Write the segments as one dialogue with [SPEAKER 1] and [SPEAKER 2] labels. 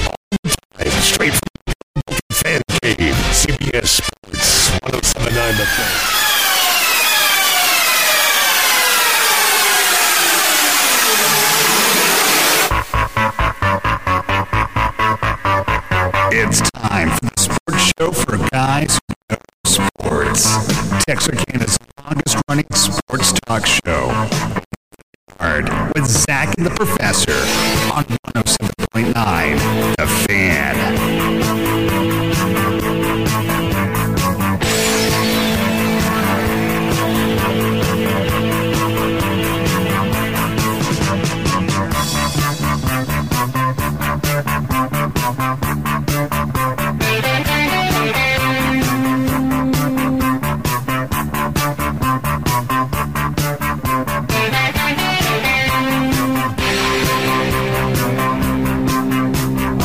[SPEAKER 1] oh show for guys who know sports. Texarkana's longest running sports talk show. Hard with Zach and the Professor on 107.9 The Fan.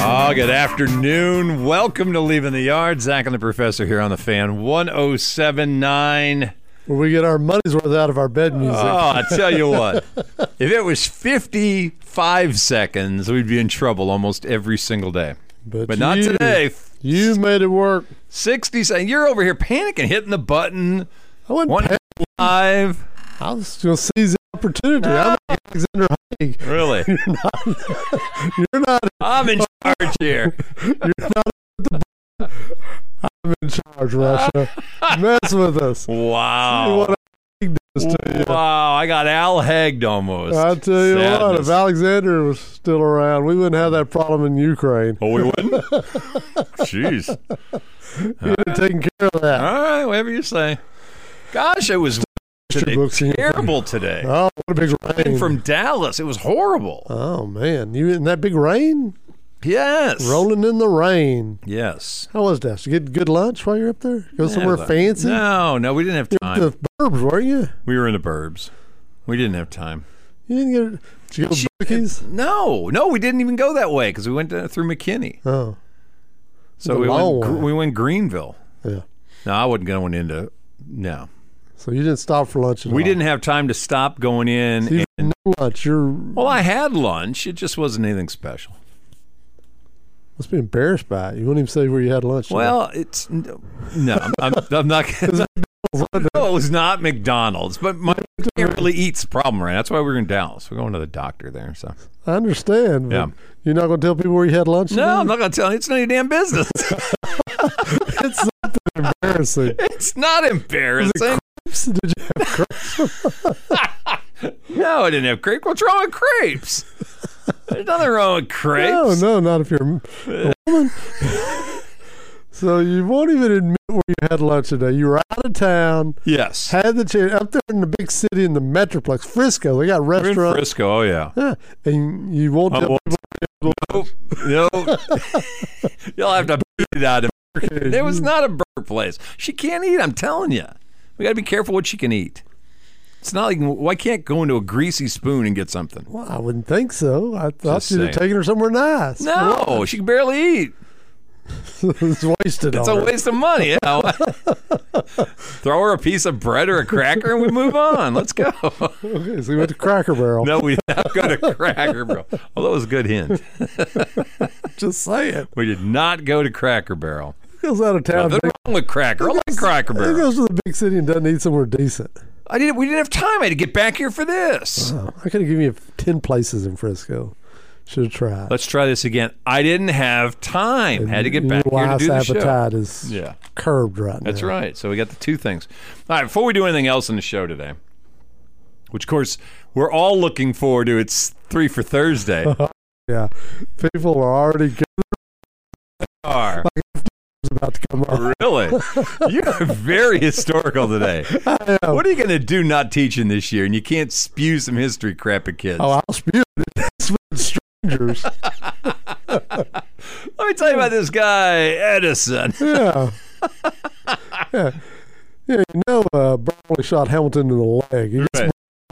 [SPEAKER 2] Oh, good afternoon. Welcome to Leaving the Yard. Zach and the Professor here on the fan 1079.
[SPEAKER 3] where we get our money's worth out of our bed music.
[SPEAKER 2] Oh, I tell you what, if it was 55 seconds, we'd be in trouble almost every single day.
[SPEAKER 3] But
[SPEAKER 2] Uh, But not
[SPEAKER 3] you-
[SPEAKER 2] today.
[SPEAKER 3] you made it work.
[SPEAKER 2] 60 seconds. You're over here panicking, hitting the button.
[SPEAKER 3] I went.
[SPEAKER 2] One live.
[SPEAKER 3] I was going to seize the opportunity.
[SPEAKER 2] Ah.
[SPEAKER 3] I'm like Alexander Haig.
[SPEAKER 2] Really?
[SPEAKER 3] You're not
[SPEAKER 2] I'm in charge here.
[SPEAKER 3] in charge, Russia. Mess with us. See
[SPEAKER 2] Wow.
[SPEAKER 3] what Haig does to you.
[SPEAKER 2] Wow. I got Al Hegged almost.
[SPEAKER 3] I tell you what,
[SPEAKER 2] Sadness.
[SPEAKER 3] if Alexander was still around, we wouldn't have that problem in Ukraine.
[SPEAKER 2] Oh, we wouldn't? Jeez.
[SPEAKER 3] He'd have taken care of that.
[SPEAKER 2] All right, whatever you say. Gosh, it was today,
[SPEAKER 3] books in your
[SPEAKER 2] terrible today.
[SPEAKER 3] Oh, what a big
[SPEAKER 2] I'm
[SPEAKER 3] rain!
[SPEAKER 2] From Dallas, it was horrible.
[SPEAKER 3] oh man, you in that big rain?
[SPEAKER 2] Yes.
[SPEAKER 3] Rolling in the rain.
[SPEAKER 2] Yes.
[SPEAKER 3] How was that? Did you get good lunch while you're up there? Go somewhere
[SPEAKER 2] Yeah, but-
[SPEAKER 3] fancy?
[SPEAKER 2] No, no, we didn't have time.
[SPEAKER 3] The burbs, were you?
[SPEAKER 2] we were in the burbs. We didn't have time.
[SPEAKER 3] You didn't get did you get bookies?
[SPEAKER 2] No, no, we didn't even go that way because we went down through McKinney.
[SPEAKER 3] Oh,
[SPEAKER 2] So
[SPEAKER 3] The
[SPEAKER 2] we
[SPEAKER 3] long
[SPEAKER 2] went, gr-
[SPEAKER 3] way.
[SPEAKER 2] we went Greenville.
[SPEAKER 3] yeah.
[SPEAKER 2] No, I wasn't going into. No,
[SPEAKER 3] So you didn't stop for lunch. At
[SPEAKER 2] we
[SPEAKER 3] all.
[SPEAKER 2] didn't have time to stop going in.
[SPEAKER 3] You
[SPEAKER 2] and,
[SPEAKER 3] had no lunch. You're
[SPEAKER 2] well, I had lunch. It just wasn't anything special.
[SPEAKER 3] must be embarrassed by it. You wouldn't even say where you had lunch.
[SPEAKER 2] Well, it's no, I'm, I'm, I'm not. no, it was not McDonald's, but my I can't really eat's problem right. now. That's why we're in Dallas. We're going to the doctor there. So
[SPEAKER 3] I understand. but
[SPEAKER 2] Yeah.
[SPEAKER 3] You're not going to tell people where you had lunch.
[SPEAKER 2] no,
[SPEAKER 3] today?
[SPEAKER 2] I'm not going to tell you. It's none of your damn business.
[SPEAKER 3] it's something embarrassing.
[SPEAKER 2] it's not embarrassing.
[SPEAKER 3] Did you have
[SPEAKER 2] No, I didn't have crepes. What's wrong with crepes? There's nothing wrong with crepes.
[SPEAKER 3] No, no, not if you're a woman. so you won't even admit where you had lunch today. You were out of town,
[SPEAKER 2] Yes,
[SPEAKER 3] had the chance up there in the big city in the metroplex, Frisco. They got
[SPEAKER 2] we're in
[SPEAKER 3] restaurants,
[SPEAKER 2] Frisco. Oh yeah.
[SPEAKER 3] yeah, and you won't
[SPEAKER 2] I
[SPEAKER 3] tell
[SPEAKER 2] won't- no, you'll have to beat it out of.
[SPEAKER 3] people.
[SPEAKER 2] It was not a burger place. She can't eat. I'm telling you, we got to be careful what she can eat. It's not like why can't go into a greasy spoon and get something.
[SPEAKER 3] Well, I wouldn't think so. I thought
[SPEAKER 2] Just
[SPEAKER 3] you'd
[SPEAKER 2] saying.
[SPEAKER 3] have taken her somewhere nice.
[SPEAKER 2] No, she can barely eat.
[SPEAKER 3] it's wasted.
[SPEAKER 2] It's a
[SPEAKER 3] on her.
[SPEAKER 2] waste of money. You know? Throw her a piece of bread or a cracker, and we move on. Let's go.
[SPEAKER 3] Okay, so we went to Cracker Barrel.
[SPEAKER 2] No, we did not go to Cracker Barrel. Well, that was a good hint.
[SPEAKER 3] Just saying.
[SPEAKER 2] We did not go to Cracker Barrel.
[SPEAKER 3] Who goes out of town?
[SPEAKER 2] Nothing wrong with Cracker. I like Cracker
[SPEAKER 3] Who
[SPEAKER 2] Barrel.
[SPEAKER 3] goes to the big city and doesn't eat somewhere decent?
[SPEAKER 2] I didn't. We didn't have time. I had to get back here for this.
[SPEAKER 3] Oh, I could have given you ten places in Frisco. Should have tried.
[SPEAKER 2] Let's try this again. I didn't have time. Had to get
[SPEAKER 3] Your
[SPEAKER 2] back here to
[SPEAKER 3] wife's
[SPEAKER 2] do the show.
[SPEAKER 3] appetite is
[SPEAKER 2] Yeah.
[SPEAKER 3] curbed right
[SPEAKER 2] That's
[SPEAKER 3] now.
[SPEAKER 2] right. So we got the two things. All right, before we do anything else in the show today, which of course we're all looking forward to, it's three for Thursday.
[SPEAKER 3] Yeah, people are already getting
[SPEAKER 2] Are
[SPEAKER 3] about to come up.
[SPEAKER 2] really? You're very historical today. What are you going to do not teaching this year? And you can't spew some history crap at kids.
[SPEAKER 3] Oh, I'll spew it. It's with strangers.
[SPEAKER 2] Let me tell you about this guy Edison.
[SPEAKER 3] Yeah. yeah. Yeah, you know, uh, Brownlee shot Hamilton in the leg. He
[SPEAKER 2] Right.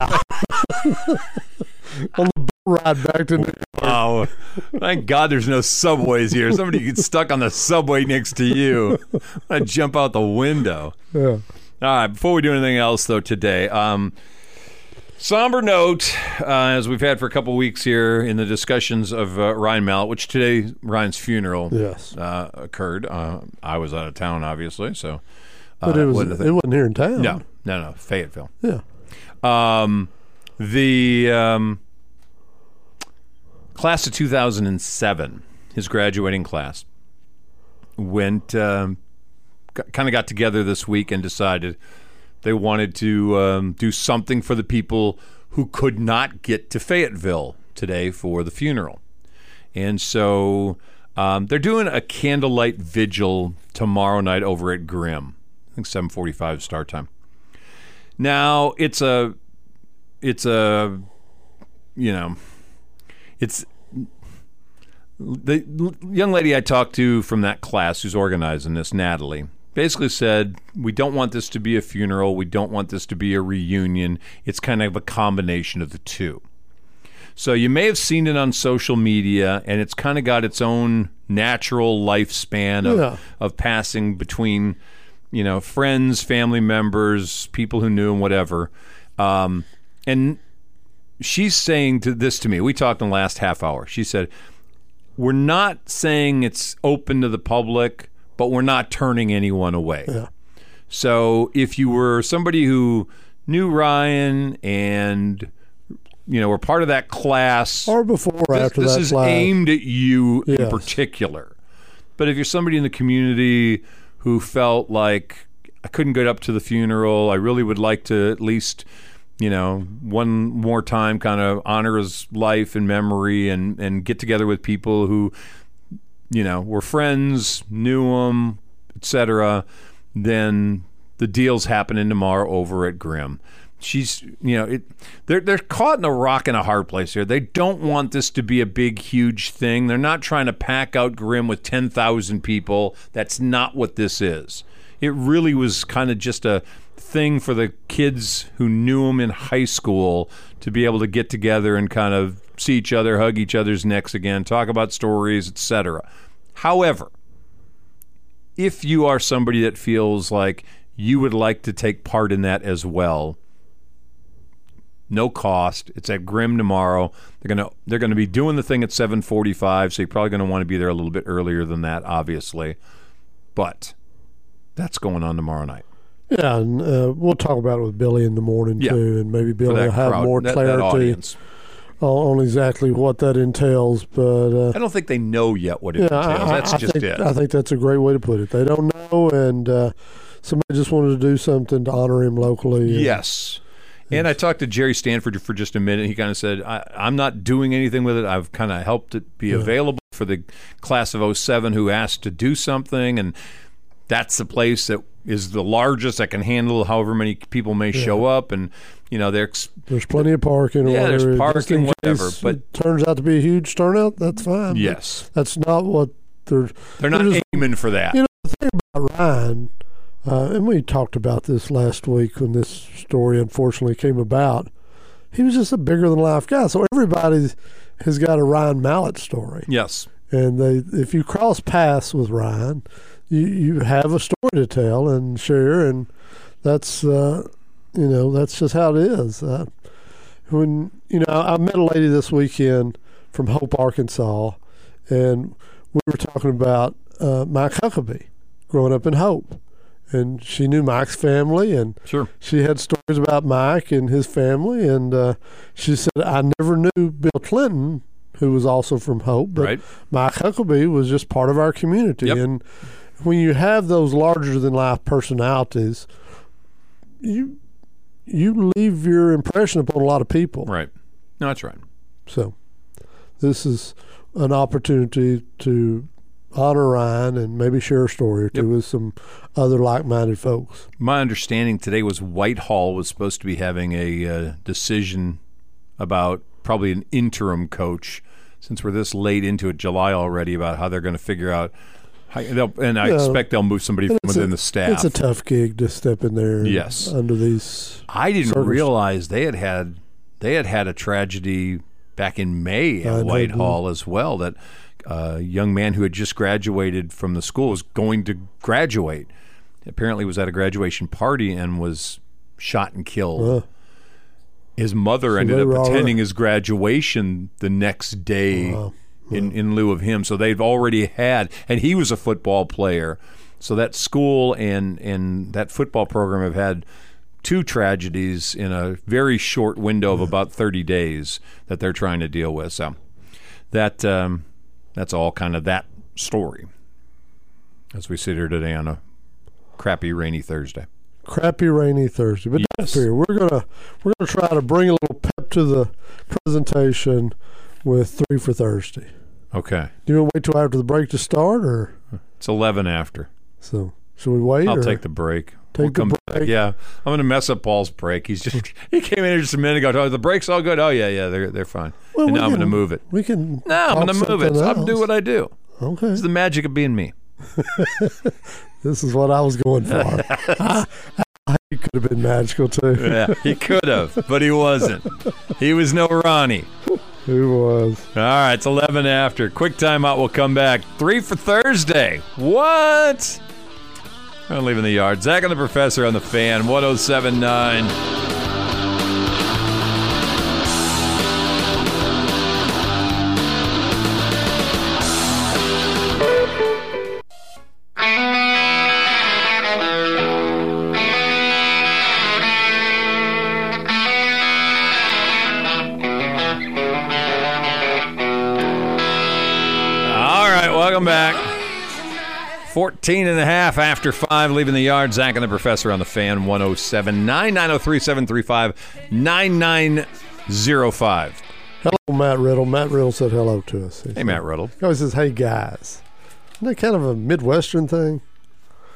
[SPEAKER 3] gets on the boat ride back to New
[SPEAKER 2] Oh, thank God there's no subways here. Somebody gets stuck on the subway next to you. I jump out the window.
[SPEAKER 3] Yeah.
[SPEAKER 2] All right. Before we do anything else, though, today, um, somber note uh, as we've had for a couple weeks here in the discussions of uh, Ryan Mallett, which today Ryan's funeral
[SPEAKER 3] Yes.
[SPEAKER 2] uh, occurred. Uh, I was out of town, obviously, so uh,
[SPEAKER 3] But it, was,
[SPEAKER 2] wasn't a
[SPEAKER 3] it
[SPEAKER 2] thing.
[SPEAKER 3] wasn't here in town.
[SPEAKER 2] no, no, no, Fayetteville.
[SPEAKER 3] Yeah.
[SPEAKER 2] Um, the um, class of 2007, his graduating class, went um, kind of got together this week and decided they wanted to um, do something for the people who could not get to Fayetteville today for the funeral. And so um, they're doing a candlelight vigil tomorrow night over at Grimm. I think 7:45 start time. Now, it's a it's a you know, it's the l- young lady I talked to from that class who's organizing this, Natalie, basically said, We don't want this to be a funeral. We don't want this to be a reunion. It's kind of a combination of the two. So you may have seen it on social media, and it's kind of got its own natural lifespan of,
[SPEAKER 3] Yeah.
[SPEAKER 2] of passing between, you know, friends, family members, people who knew him, whatever. Um, and she's saying to this to me. We talked in the last half hour. She said, "We're not saying it's open to the public, but we're not turning anyone away." So if you were somebody who knew Ryan and you know were part of that class,
[SPEAKER 3] or before or
[SPEAKER 2] this,
[SPEAKER 3] after
[SPEAKER 2] this
[SPEAKER 3] that
[SPEAKER 2] is
[SPEAKER 3] flag.
[SPEAKER 2] aimed at you in
[SPEAKER 3] Yes.
[SPEAKER 2] particular. But if you're somebody in the community who felt like I couldn't get up to the funeral, I really would like to at least, you know, one more time kind of honor his life and memory and and get together with people who you know, were friends, knew him, etc., then the deal's happening tomorrow over at Grimm. She's, you know, it, they're they're caught in a rock and a hard place here. They don't want this to be a big, huge thing. They're not trying to pack out Grimm with ten thousand people. That's not what this is. It really was kind of just a thing for the kids who knew him in high school to be able to get together and kind of see each other, hug each other's necks again, talk about stories, etc. However, if you are somebody that feels like you would like to take part in that as well, no cost. It's at Grim tomorrow. They're gonna they're gonna be doing the thing at 7:45, so you're probably gonna want to be there a little bit earlier than that, obviously. But that's going on tomorrow night.
[SPEAKER 3] Yeah, and uh, we'll talk about it with Billy in the morning
[SPEAKER 2] Yeah.
[SPEAKER 3] too, and maybe
[SPEAKER 2] for
[SPEAKER 3] Billy will
[SPEAKER 2] that
[SPEAKER 3] have
[SPEAKER 2] crowd,
[SPEAKER 3] more
[SPEAKER 2] that- that
[SPEAKER 3] clarity
[SPEAKER 2] audience.
[SPEAKER 3] on, on exactly what that entails. But uh,
[SPEAKER 2] I don't think they know yet what it
[SPEAKER 3] Yeah, I-
[SPEAKER 2] entails.
[SPEAKER 3] I-
[SPEAKER 2] That's
[SPEAKER 3] I
[SPEAKER 2] just
[SPEAKER 3] think,
[SPEAKER 2] it.
[SPEAKER 3] I think that's a great way to put it. They don't know, and uh, somebody just wanted to do something to honor him locally. and-
[SPEAKER 2] Yes. And I talked to Jerry Stanford for just a minute. He kind of said, I, I'm not doing anything with it. I've kind of helped it be available for the class of 07 who asked to do something. And that's the place that is the largest that can handle however many people may show up. And, you know, they're. ex-
[SPEAKER 3] There's plenty of parking. or
[SPEAKER 2] Yeah, there's
[SPEAKER 3] whatever, just in
[SPEAKER 2] parking, whatever,
[SPEAKER 3] case
[SPEAKER 2] but-
[SPEAKER 3] it turns out to be a huge turnout. That's fine. but
[SPEAKER 2] Yes.
[SPEAKER 3] that's not what they're.
[SPEAKER 2] They're not
[SPEAKER 3] just-
[SPEAKER 2] aiming for that.
[SPEAKER 3] You know, the thing about Ryan, uh, and we talked about this last week when this story unfortunately came about. He was just a bigger than life guy, so everybody has got a Ryan Mallet story.
[SPEAKER 2] yes.
[SPEAKER 3] and they if you cross paths with Ryan, you you have a story to tell and share, and that's uh, you know that's just how it is. Uh, when you know, I, I met a lady this weekend from Hope, Arkansas, and we were talking about uh, Mike Huckabee growing up in Hope, and she knew Mike's family and
[SPEAKER 2] Sure.
[SPEAKER 3] she had stories about Mike and his family, and uh, she said, "I never knew Bill Clinton, who was also from Hope, but
[SPEAKER 2] Right.
[SPEAKER 3] Mike Huckabee was just part of our community."
[SPEAKER 2] Yep.
[SPEAKER 3] And when you have those larger than life personalities, you you leave your impression upon a lot of people.
[SPEAKER 2] Right. No, that's right.
[SPEAKER 3] So this is an opportunity to honor Ryan and maybe share a story or two with some other like-minded folks.
[SPEAKER 2] My understanding today was Whitehall was supposed to be having a uh, decision about probably an interim coach, since we're this late into it, July already, about how they're going to figure out. How, they'll, and I
[SPEAKER 3] Yeah.
[SPEAKER 2] expect they'll move somebody from
[SPEAKER 3] It's a-
[SPEAKER 2] within the staff.
[SPEAKER 3] It's a tough gig to step in there. and-
[SPEAKER 2] Yes.
[SPEAKER 3] Under these.
[SPEAKER 2] I didn't
[SPEAKER 3] circus.
[SPEAKER 2] realize they had had they had had a tragedy back in May
[SPEAKER 3] I
[SPEAKER 2] at
[SPEAKER 3] know,
[SPEAKER 2] Whitehall as well. That uh, young man who had just graduated from the school was going to graduate. Apparently, was at a graduation party and was shot and killed. His mother ended
[SPEAKER 3] they were
[SPEAKER 2] up
[SPEAKER 3] all
[SPEAKER 2] attending his graduation the next day in, in lieu of him. So they've already had, and he was a football player. So that school and, and that football program have had two tragedies in a very short window of about 30 days that they're trying to deal with. So that um, that's all kind of that story as we sit here today on a crappy rainy Thursday.
[SPEAKER 3] Crappy rainy Thursday, but
[SPEAKER 2] Yes.
[SPEAKER 3] that's fair. We're gonna we're gonna try to bring a little pep to the presentation with three for Thursday.
[SPEAKER 2] Okay,
[SPEAKER 3] Do you want to wait till after the break to start, or
[SPEAKER 2] it's eleven after.
[SPEAKER 3] so? Should we wait?
[SPEAKER 2] I'll
[SPEAKER 3] or
[SPEAKER 2] take the break.
[SPEAKER 3] Take
[SPEAKER 2] we'll
[SPEAKER 3] the
[SPEAKER 2] come back.
[SPEAKER 3] break.
[SPEAKER 2] Yeah, I'm going to mess up Paul's break. He's just he came in here just a minute ago. Oh, the break's all good. Oh yeah, yeah, they're they're fine.
[SPEAKER 3] Well,
[SPEAKER 2] and
[SPEAKER 3] we
[SPEAKER 2] now I'm going to
[SPEAKER 3] can-
[SPEAKER 2] move it.
[SPEAKER 3] We can.
[SPEAKER 2] No, I'm going to move it. I'll do what I do.
[SPEAKER 3] Okay.
[SPEAKER 2] It's the magic of being me.
[SPEAKER 3] This is what I was going for. I- I- it could have been magical too.
[SPEAKER 2] Yeah, he could have, but he wasn't. He was no Ronnie.
[SPEAKER 3] Who was?
[SPEAKER 2] All right, it's 11 after. Quick timeout. We'll come back. Three for Thursday. What? I'm leaving the yard. Zach and the professor on the fan, 1079. All right, welcome back. 14 and a half after five, leaving the yard. Zach and the professor on the fan 107 993 735 9905.
[SPEAKER 3] Hello, Matt Riddle. Matt Riddle said hello to us.
[SPEAKER 2] Hey, Matt Ruddle.
[SPEAKER 3] He always says, "Hey guys." Isn't that kind of a Midwestern thing?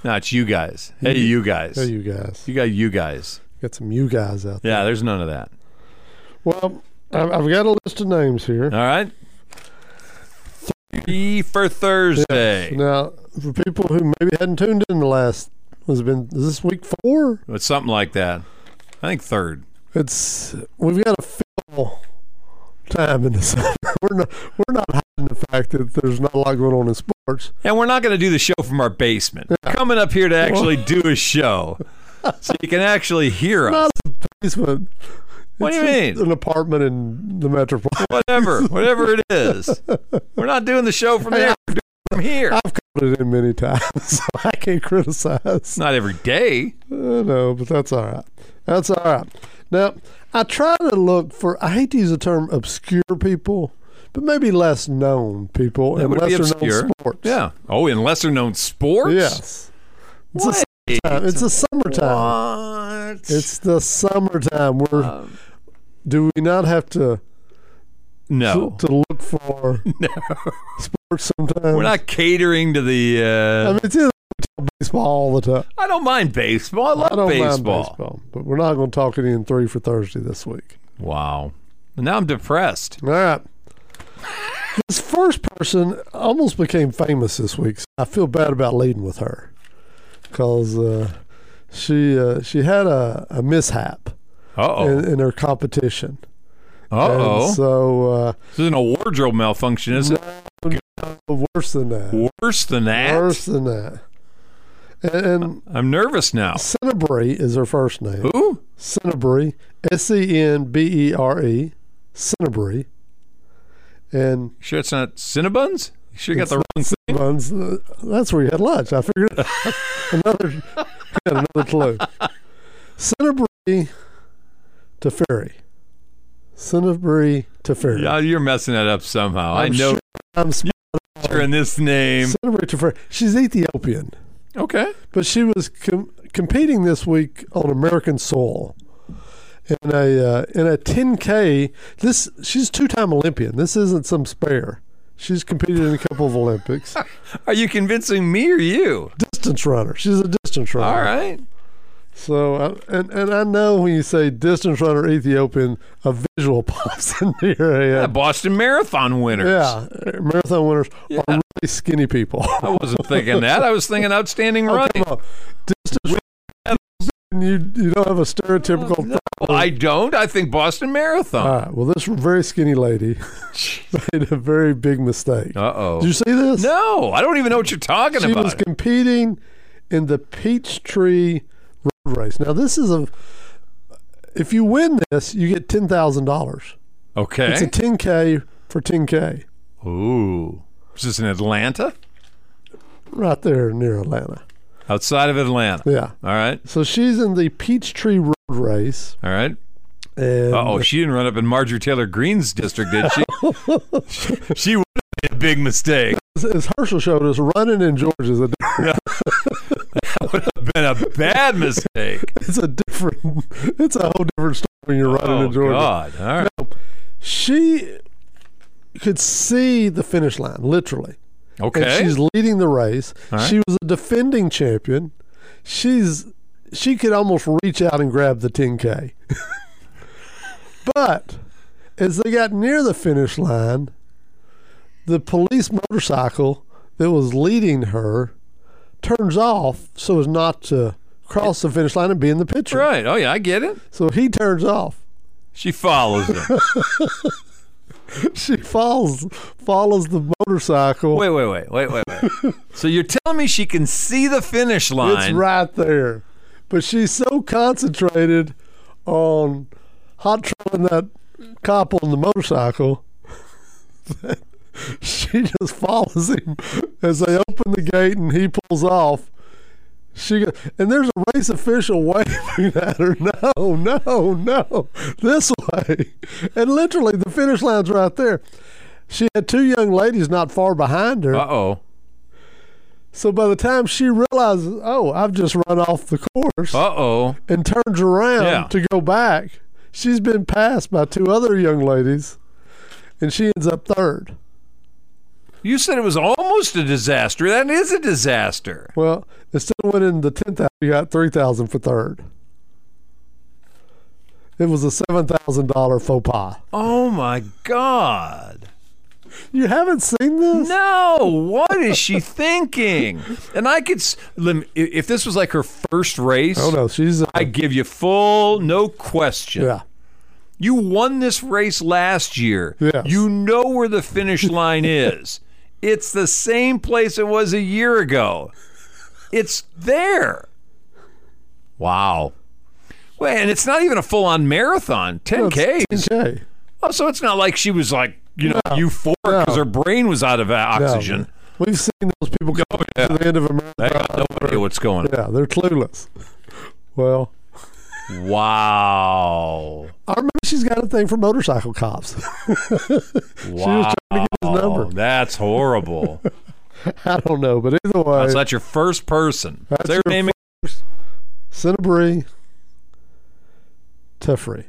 [SPEAKER 2] No, it's you guys. Hey, you
[SPEAKER 3] Hey,
[SPEAKER 2] guys.
[SPEAKER 3] you guys.
[SPEAKER 2] You got you guys.
[SPEAKER 3] Got some you guys out there.
[SPEAKER 2] Yeah, there's none of that.
[SPEAKER 3] Well, I- I've got a list of names here.
[SPEAKER 2] All right. Three for Thursday.
[SPEAKER 3] Now, for people who maybe hadn't tuned in the last, has it been is this week four?
[SPEAKER 2] It's something like that. I think third.
[SPEAKER 3] It's we've got to fill time in the summer. We're not we're not hiding the fact that there's not a lot going on in sports.
[SPEAKER 2] And we're not going to do the show from our basement. We're Coming up here to actually do a show. So you can actually hear us.
[SPEAKER 3] Not a basement.
[SPEAKER 2] What do you
[SPEAKER 3] It's
[SPEAKER 2] mean?
[SPEAKER 3] An apartment in the metropolitan.
[SPEAKER 2] Whatever, whatever it is. We're not doing the show from there. We're doing it from here.
[SPEAKER 3] I've called it in many times, so I can't criticize.
[SPEAKER 2] It's not every day.
[SPEAKER 3] I know, Uh, but that's all right. That's all right. Now, I try to look for, I hate to use the term obscure people, but maybe less known people
[SPEAKER 2] That
[SPEAKER 3] and
[SPEAKER 2] would be
[SPEAKER 3] lesser
[SPEAKER 2] obscure.
[SPEAKER 3] known sports.
[SPEAKER 2] Yeah. Oh, in lesser known sports?
[SPEAKER 3] Yes. It's,
[SPEAKER 2] What?
[SPEAKER 3] The summertime. it's the summertime.
[SPEAKER 2] What? Um,
[SPEAKER 3] It's the summertime. We're, do we not have to,
[SPEAKER 2] no.
[SPEAKER 3] to look for sports sometimes?
[SPEAKER 2] We're not catering to the. Uh,
[SPEAKER 3] I mean, it's either baseball all the time.
[SPEAKER 2] I don't mind baseball. I love
[SPEAKER 3] I don't
[SPEAKER 2] baseball.
[SPEAKER 3] mind baseball, but we're not going to talk any in three for Thursday this week.
[SPEAKER 2] Wow. Now I'm depressed.
[SPEAKER 3] All right. This first person almost became famous this week. So I feel bad about leading with her because uh, she uh, she had a, a mishap
[SPEAKER 2] Uh oh.
[SPEAKER 3] in, in her competition.
[SPEAKER 2] Uh
[SPEAKER 3] And
[SPEAKER 2] oh.
[SPEAKER 3] so uh,
[SPEAKER 2] This isn't a wardrobe malfunction, is it?
[SPEAKER 3] worse than that.
[SPEAKER 2] Worse than that.
[SPEAKER 3] Worse than that. And, and
[SPEAKER 2] I'm nervous now.
[SPEAKER 3] Cinnabre is her first name.
[SPEAKER 2] Who?
[SPEAKER 3] Cinnabre, S E N B E R E, Cinnabre. And
[SPEAKER 2] You sure it's not Cinnabuns? You sure you got the wrong thing?
[SPEAKER 3] Buns, uh, that's where you had lunch. I figured it out. another got another clue. Cinnabre to ferry. Cinnabre to ferry.
[SPEAKER 2] Yeah, you're messing that up somehow. i
[SPEAKER 3] I'm
[SPEAKER 2] know
[SPEAKER 3] sure I'm sp-
[SPEAKER 2] you're in this name.
[SPEAKER 3] Cinnabre to ferry. She's Ethiopian,
[SPEAKER 2] Okay.
[SPEAKER 3] but she was com- competing this week on American soil in a uh, in a 10k. This she's two time Olympian. This isn't some spare. She's competed in a couple of Olympics.
[SPEAKER 2] Are you convincing me or you?
[SPEAKER 3] Distance runner. She's a distance runner.
[SPEAKER 2] All right.
[SPEAKER 3] So, uh, and and I know when you say distance runner Ethiopian, a visual pops into your
[SPEAKER 2] Yeah,
[SPEAKER 3] head.
[SPEAKER 2] Boston Marathon winners.
[SPEAKER 3] Yeah, marathon winners are
[SPEAKER 2] Yeah.
[SPEAKER 3] really skinny people.
[SPEAKER 2] I wasn't thinking that. I was thinking outstanding
[SPEAKER 3] Oh,
[SPEAKER 2] running.
[SPEAKER 3] come on. Distance runner, you, you don't have a stereotypical.
[SPEAKER 2] I don't. I think Boston Marathon.
[SPEAKER 3] All right, well, this very skinny lady made a very big mistake.
[SPEAKER 2] Uh oh.
[SPEAKER 3] Did you see this?
[SPEAKER 2] No, I don't even know what you're talking
[SPEAKER 3] she
[SPEAKER 2] about.
[SPEAKER 3] was competing in the Peachtree Road Race. Now, this is a. If you win this, you get ten thousand dollars.
[SPEAKER 2] okay.
[SPEAKER 3] It's a 10K for 10K
[SPEAKER 2] Ooh. Is this in Atlanta?
[SPEAKER 3] right there near Atlanta.
[SPEAKER 2] Outside of Atlanta.
[SPEAKER 3] Yeah.
[SPEAKER 2] All right.
[SPEAKER 3] So she's in the Peachtree Road Race.
[SPEAKER 2] All right.
[SPEAKER 3] And
[SPEAKER 2] Uh oh. She didn't run up in Marjorie Taylor Greene's district, did she? she would have made a big mistake.
[SPEAKER 3] as, as Herschel showed us, running in Georgia is a
[SPEAKER 2] that would have been a bad mistake.
[SPEAKER 3] It's a different. It's a whole different story when you're riding
[SPEAKER 2] oh
[SPEAKER 3] in Georgia.
[SPEAKER 2] God! All right.
[SPEAKER 3] She could see the finish line literally.
[SPEAKER 2] Okay.
[SPEAKER 3] and she's leading the race.
[SPEAKER 2] All right.
[SPEAKER 3] She was a defending champion. She's she could almost reach out and grab the 10k. but as they got near the finish line, the police motorcycle that was leading her turns off so as not to cross the finish line and be in the picture.
[SPEAKER 2] right. Oh yeah, I get it.
[SPEAKER 3] So he turns off.
[SPEAKER 2] She follows him.
[SPEAKER 3] She follows follows the motorcycle.
[SPEAKER 2] wait, wait, wait, wait, wait, wait. so you're telling me she can see the finish line?
[SPEAKER 3] It's right there. But she's so concentrated on hot trailing that cop on the motorcycle that she just follows him as they open the gate and he pulls off. She go- and there's a race official waving at her. No, no, no, this way. And literally, the finish line's right there. She had two young ladies not far behind her.
[SPEAKER 2] Uh oh.
[SPEAKER 3] So by the time she realizes, oh, I've just run off the course
[SPEAKER 2] Uh oh.
[SPEAKER 3] and turns around
[SPEAKER 2] Yeah.
[SPEAKER 3] to go back, she's been passed by two other young ladies and she ends up third.
[SPEAKER 2] You said it was almost a disaster. That is a disaster.
[SPEAKER 3] Well, instead of winning the 10,000, you got 3,000 for third. It was a $7,000 faux pas.
[SPEAKER 2] Oh my God.
[SPEAKER 3] You haven't seen this?
[SPEAKER 2] No, what is she thinking? And I could, s- lem- i- if this was like her first race,
[SPEAKER 3] Oh, no. She's. Uh,
[SPEAKER 2] I give you full, no question.
[SPEAKER 3] yeah.
[SPEAKER 2] You won this race last year.
[SPEAKER 3] Yes.
[SPEAKER 2] You know where the finish line is. It's the same place it was a year ago. It's there. Wow. Well, and it's not even a full on marathon, 10K.
[SPEAKER 3] Okay.
[SPEAKER 2] Oh, so it's not like she was like, you know, euphoric because her brain was out of uh, oxygen. Oh,
[SPEAKER 3] We've seen those people come to the end of a
[SPEAKER 2] I
[SPEAKER 3] marathon.
[SPEAKER 2] got no idea what's going on.
[SPEAKER 3] Yeah, they're clueless. Well,
[SPEAKER 2] Wow.
[SPEAKER 3] I remember she's got a thing for motorcycle cops.
[SPEAKER 2] Wow.
[SPEAKER 3] number.
[SPEAKER 2] That's horrible.
[SPEAKER 3] I don't know, but either way,
[SPEAKER 2] so that's your first person.
[SPEAKER 3] That's
[SPEAKER 2] Say her
[SPEAKER 3] your
[SPEAKER 2] name
[SPEAKER 3] Cinnabree Tefri.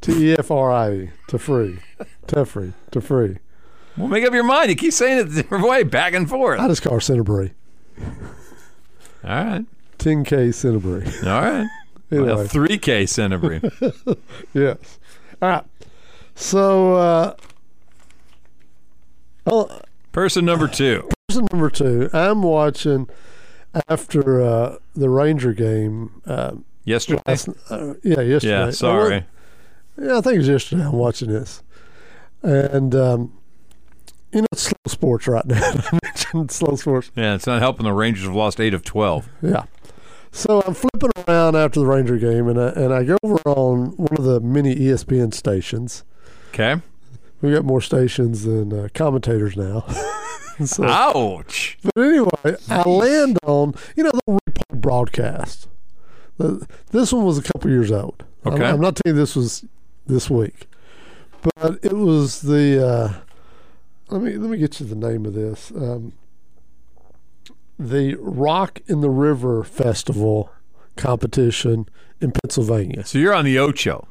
[SPEAKER 3] T E F R I E. Tefri. Tefri. Tefri.
[SPEAKER 2] Well, make up your mind. You keep saying it the different way, back and forth.
[SPEAKER 3] I
[SPEAKER 2] All
[SPEAKER 3] just call her Cinnabree.
[SPEAKER 2] right.
[SPEAKER 3] 10K Cinnabree.
[SPEAKER 2] All right.
[SPEAKER 3] Anyway,
[SPEAKER 2] Three K Cinnabre.
[SPEAKER 3] yes. All right. So, uh, oh,
[SPEAKER 2] Person number two.
[SPEAKER 3] person number two, I'm watching after uh, the Ranger game. Uh,
[SPEAKER 2] Yesterday.
[SPEAKER 3] last, uh, yeah, yesterday. I
[SPEAKER 2] yeah.
[SPEAKER 3] went-
[SPEAKER 2] Sorry.
[SPEAKER 3] Yeah, I think it was yesterday. I'm watching this, and um, you know, it's slow sports right now. I mentioned slow sports.
[SPEAKER 2] Yeah. It's not helping. The Rangers have lost eight of twelve.
[SPEAKER 3] Yeah. So I'm flipping around after the Ranger game, and I, and I go over on one of the E many ESPN stations.
[SPEAKER 2] Okay.
[SPEAKER 3] We got more stations than uh, commentators now. so,
[SPEAKER 2] Ouch.
[SPEAKER 3] but anyway, I land on you know the replay broadcast. The- This one was a couple years old. I'm-
[SPEAKER 2] Okay.
[SPEAKER 3] I'm, not telling you this was this week, but it was the. Uh, let me let me get you the name of this. Um, the Rock in the River Festival competition in Pennsylvania.
[SPEAKER 2] So you're on the Ocho.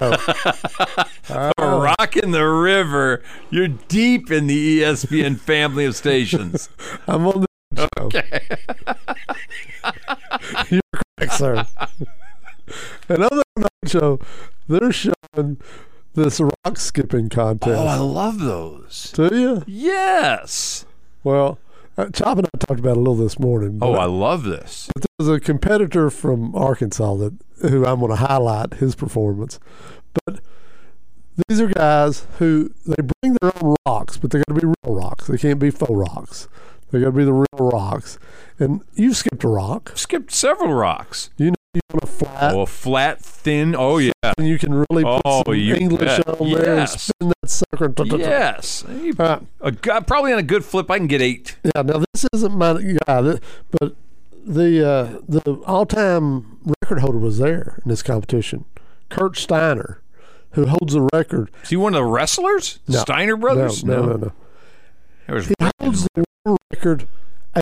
[SPEAKER 3] Oh.
[SPEAKER 2] Rocking the river. You're deep in the E ESPN family of stations.
[SPEAKER 3] I'm on the show.
[SPEAKER 2] Okay.
[SPEAKER 3] You're correct, sir. and other than that show, they're showing this rock skipping
[SPEAKER 2] Oh, I
[SPEAKER 3] contest.
[SPEAKER 2] love those.
[SPEAKER 3] Do you?
[SPEAKER 2] Yes.
[SPEAKER 3] Well, uh, Chop and I talked about it a little this morning.
[SPEAKER 2] Oh,
[SPEAKER 3] but
[SPEAKER 2] I love this.
[SPEAKER 3] there's a competitor from Arkansas that who I'm going to highlight his performance. But these are guys who they bring their own rocks, but they got to be real rocks. They can't be faux rocks. They got to be the real rocks. And you've skipped a rock.
[SPEAKER 2] Skipped several rocks.
[SPEAKER 3] You know you want a flat.
[SPEAKER 2] Oh, a flat, thin. Oh, yeah.
[SPEAKER 3] and you can really Uh, put
[SPEAKER 2] Oh,
[SPEAKER 3] some
[SPEAKER 2] you
[SPEAKER 3] English
[SPEAKER 2] bet.
[SPEAKER 3] on there and
[SPEAKER 2] Yes.
[SPEAKER 3] spin that sucker. Da- da- da.
[SPEAKER 2] Yes.
[SPEAKER 3] Uh,
[SPEAKER 2] A gu- probably on a good flip, I can get eight.
[SPEAKER 3] yeah. Now this isn't my guy, th- but the uh, the all time record holder was there in this competition, Kurt Steiner, who holds the record.
[SPEAKER 2] Is he one of the wrestlers?
[SPEAKER 3] No.
[SPEAKER 2] Steiner brothers?
[SPEAKER 3] no, no, no. no.
[SPEAKER 2] There was-
[SPEAKER 3] He holds the world record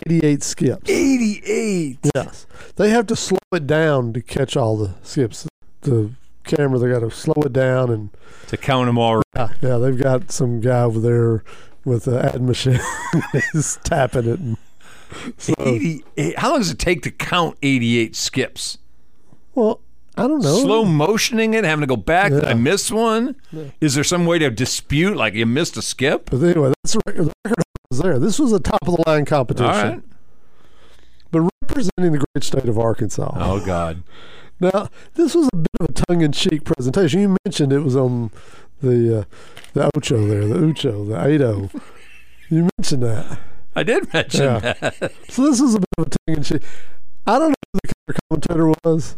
[SPEAKER 3] 88 skips.
[SPEAKER 2] 88.
[SPEAKER 3] Yes. They have to slow it down to catch all the skips. The camera, they got to slow it down and
[SPEAKER 2] To count them all.
[SPEAKER 3] Yeah, yeah, they've got some guy over there with an ad machine. He's tapping it. And,
[SPEAKER 2] 88. eh, How long does it take to count 88 skips?
[SPEAKER 3] well, I don't know.
[SPEAKER 2] Slow motioning it, having to go back. Did I
[SPEAKER 3] Yeah.
[SPEAKER 2] miss one? Is there some way to dispute, like you missed a skip?
[SPEAKER 3] But anyway, that's the record, the record was there. This was a top of the line competition.
[SPEAKER 2] All right.
[SPEAKER 3] But representing the great state of Arkansas.
[SPEAKER 2] Oh, God.
[SPEAKER 3] Now, this was a bit of a tongue in cheek presentation. You mentioned it was on the uh, the Ocho there, the Ucho, the Ado. you mentioned that.
[SPEAKER 2] I did mention
[SPEAKER 3] Yeah.
[SPEAKER 2] that.
[SPEAKER 3] So this was a bit of a tongue in cheek. I don't know who the color commentator was,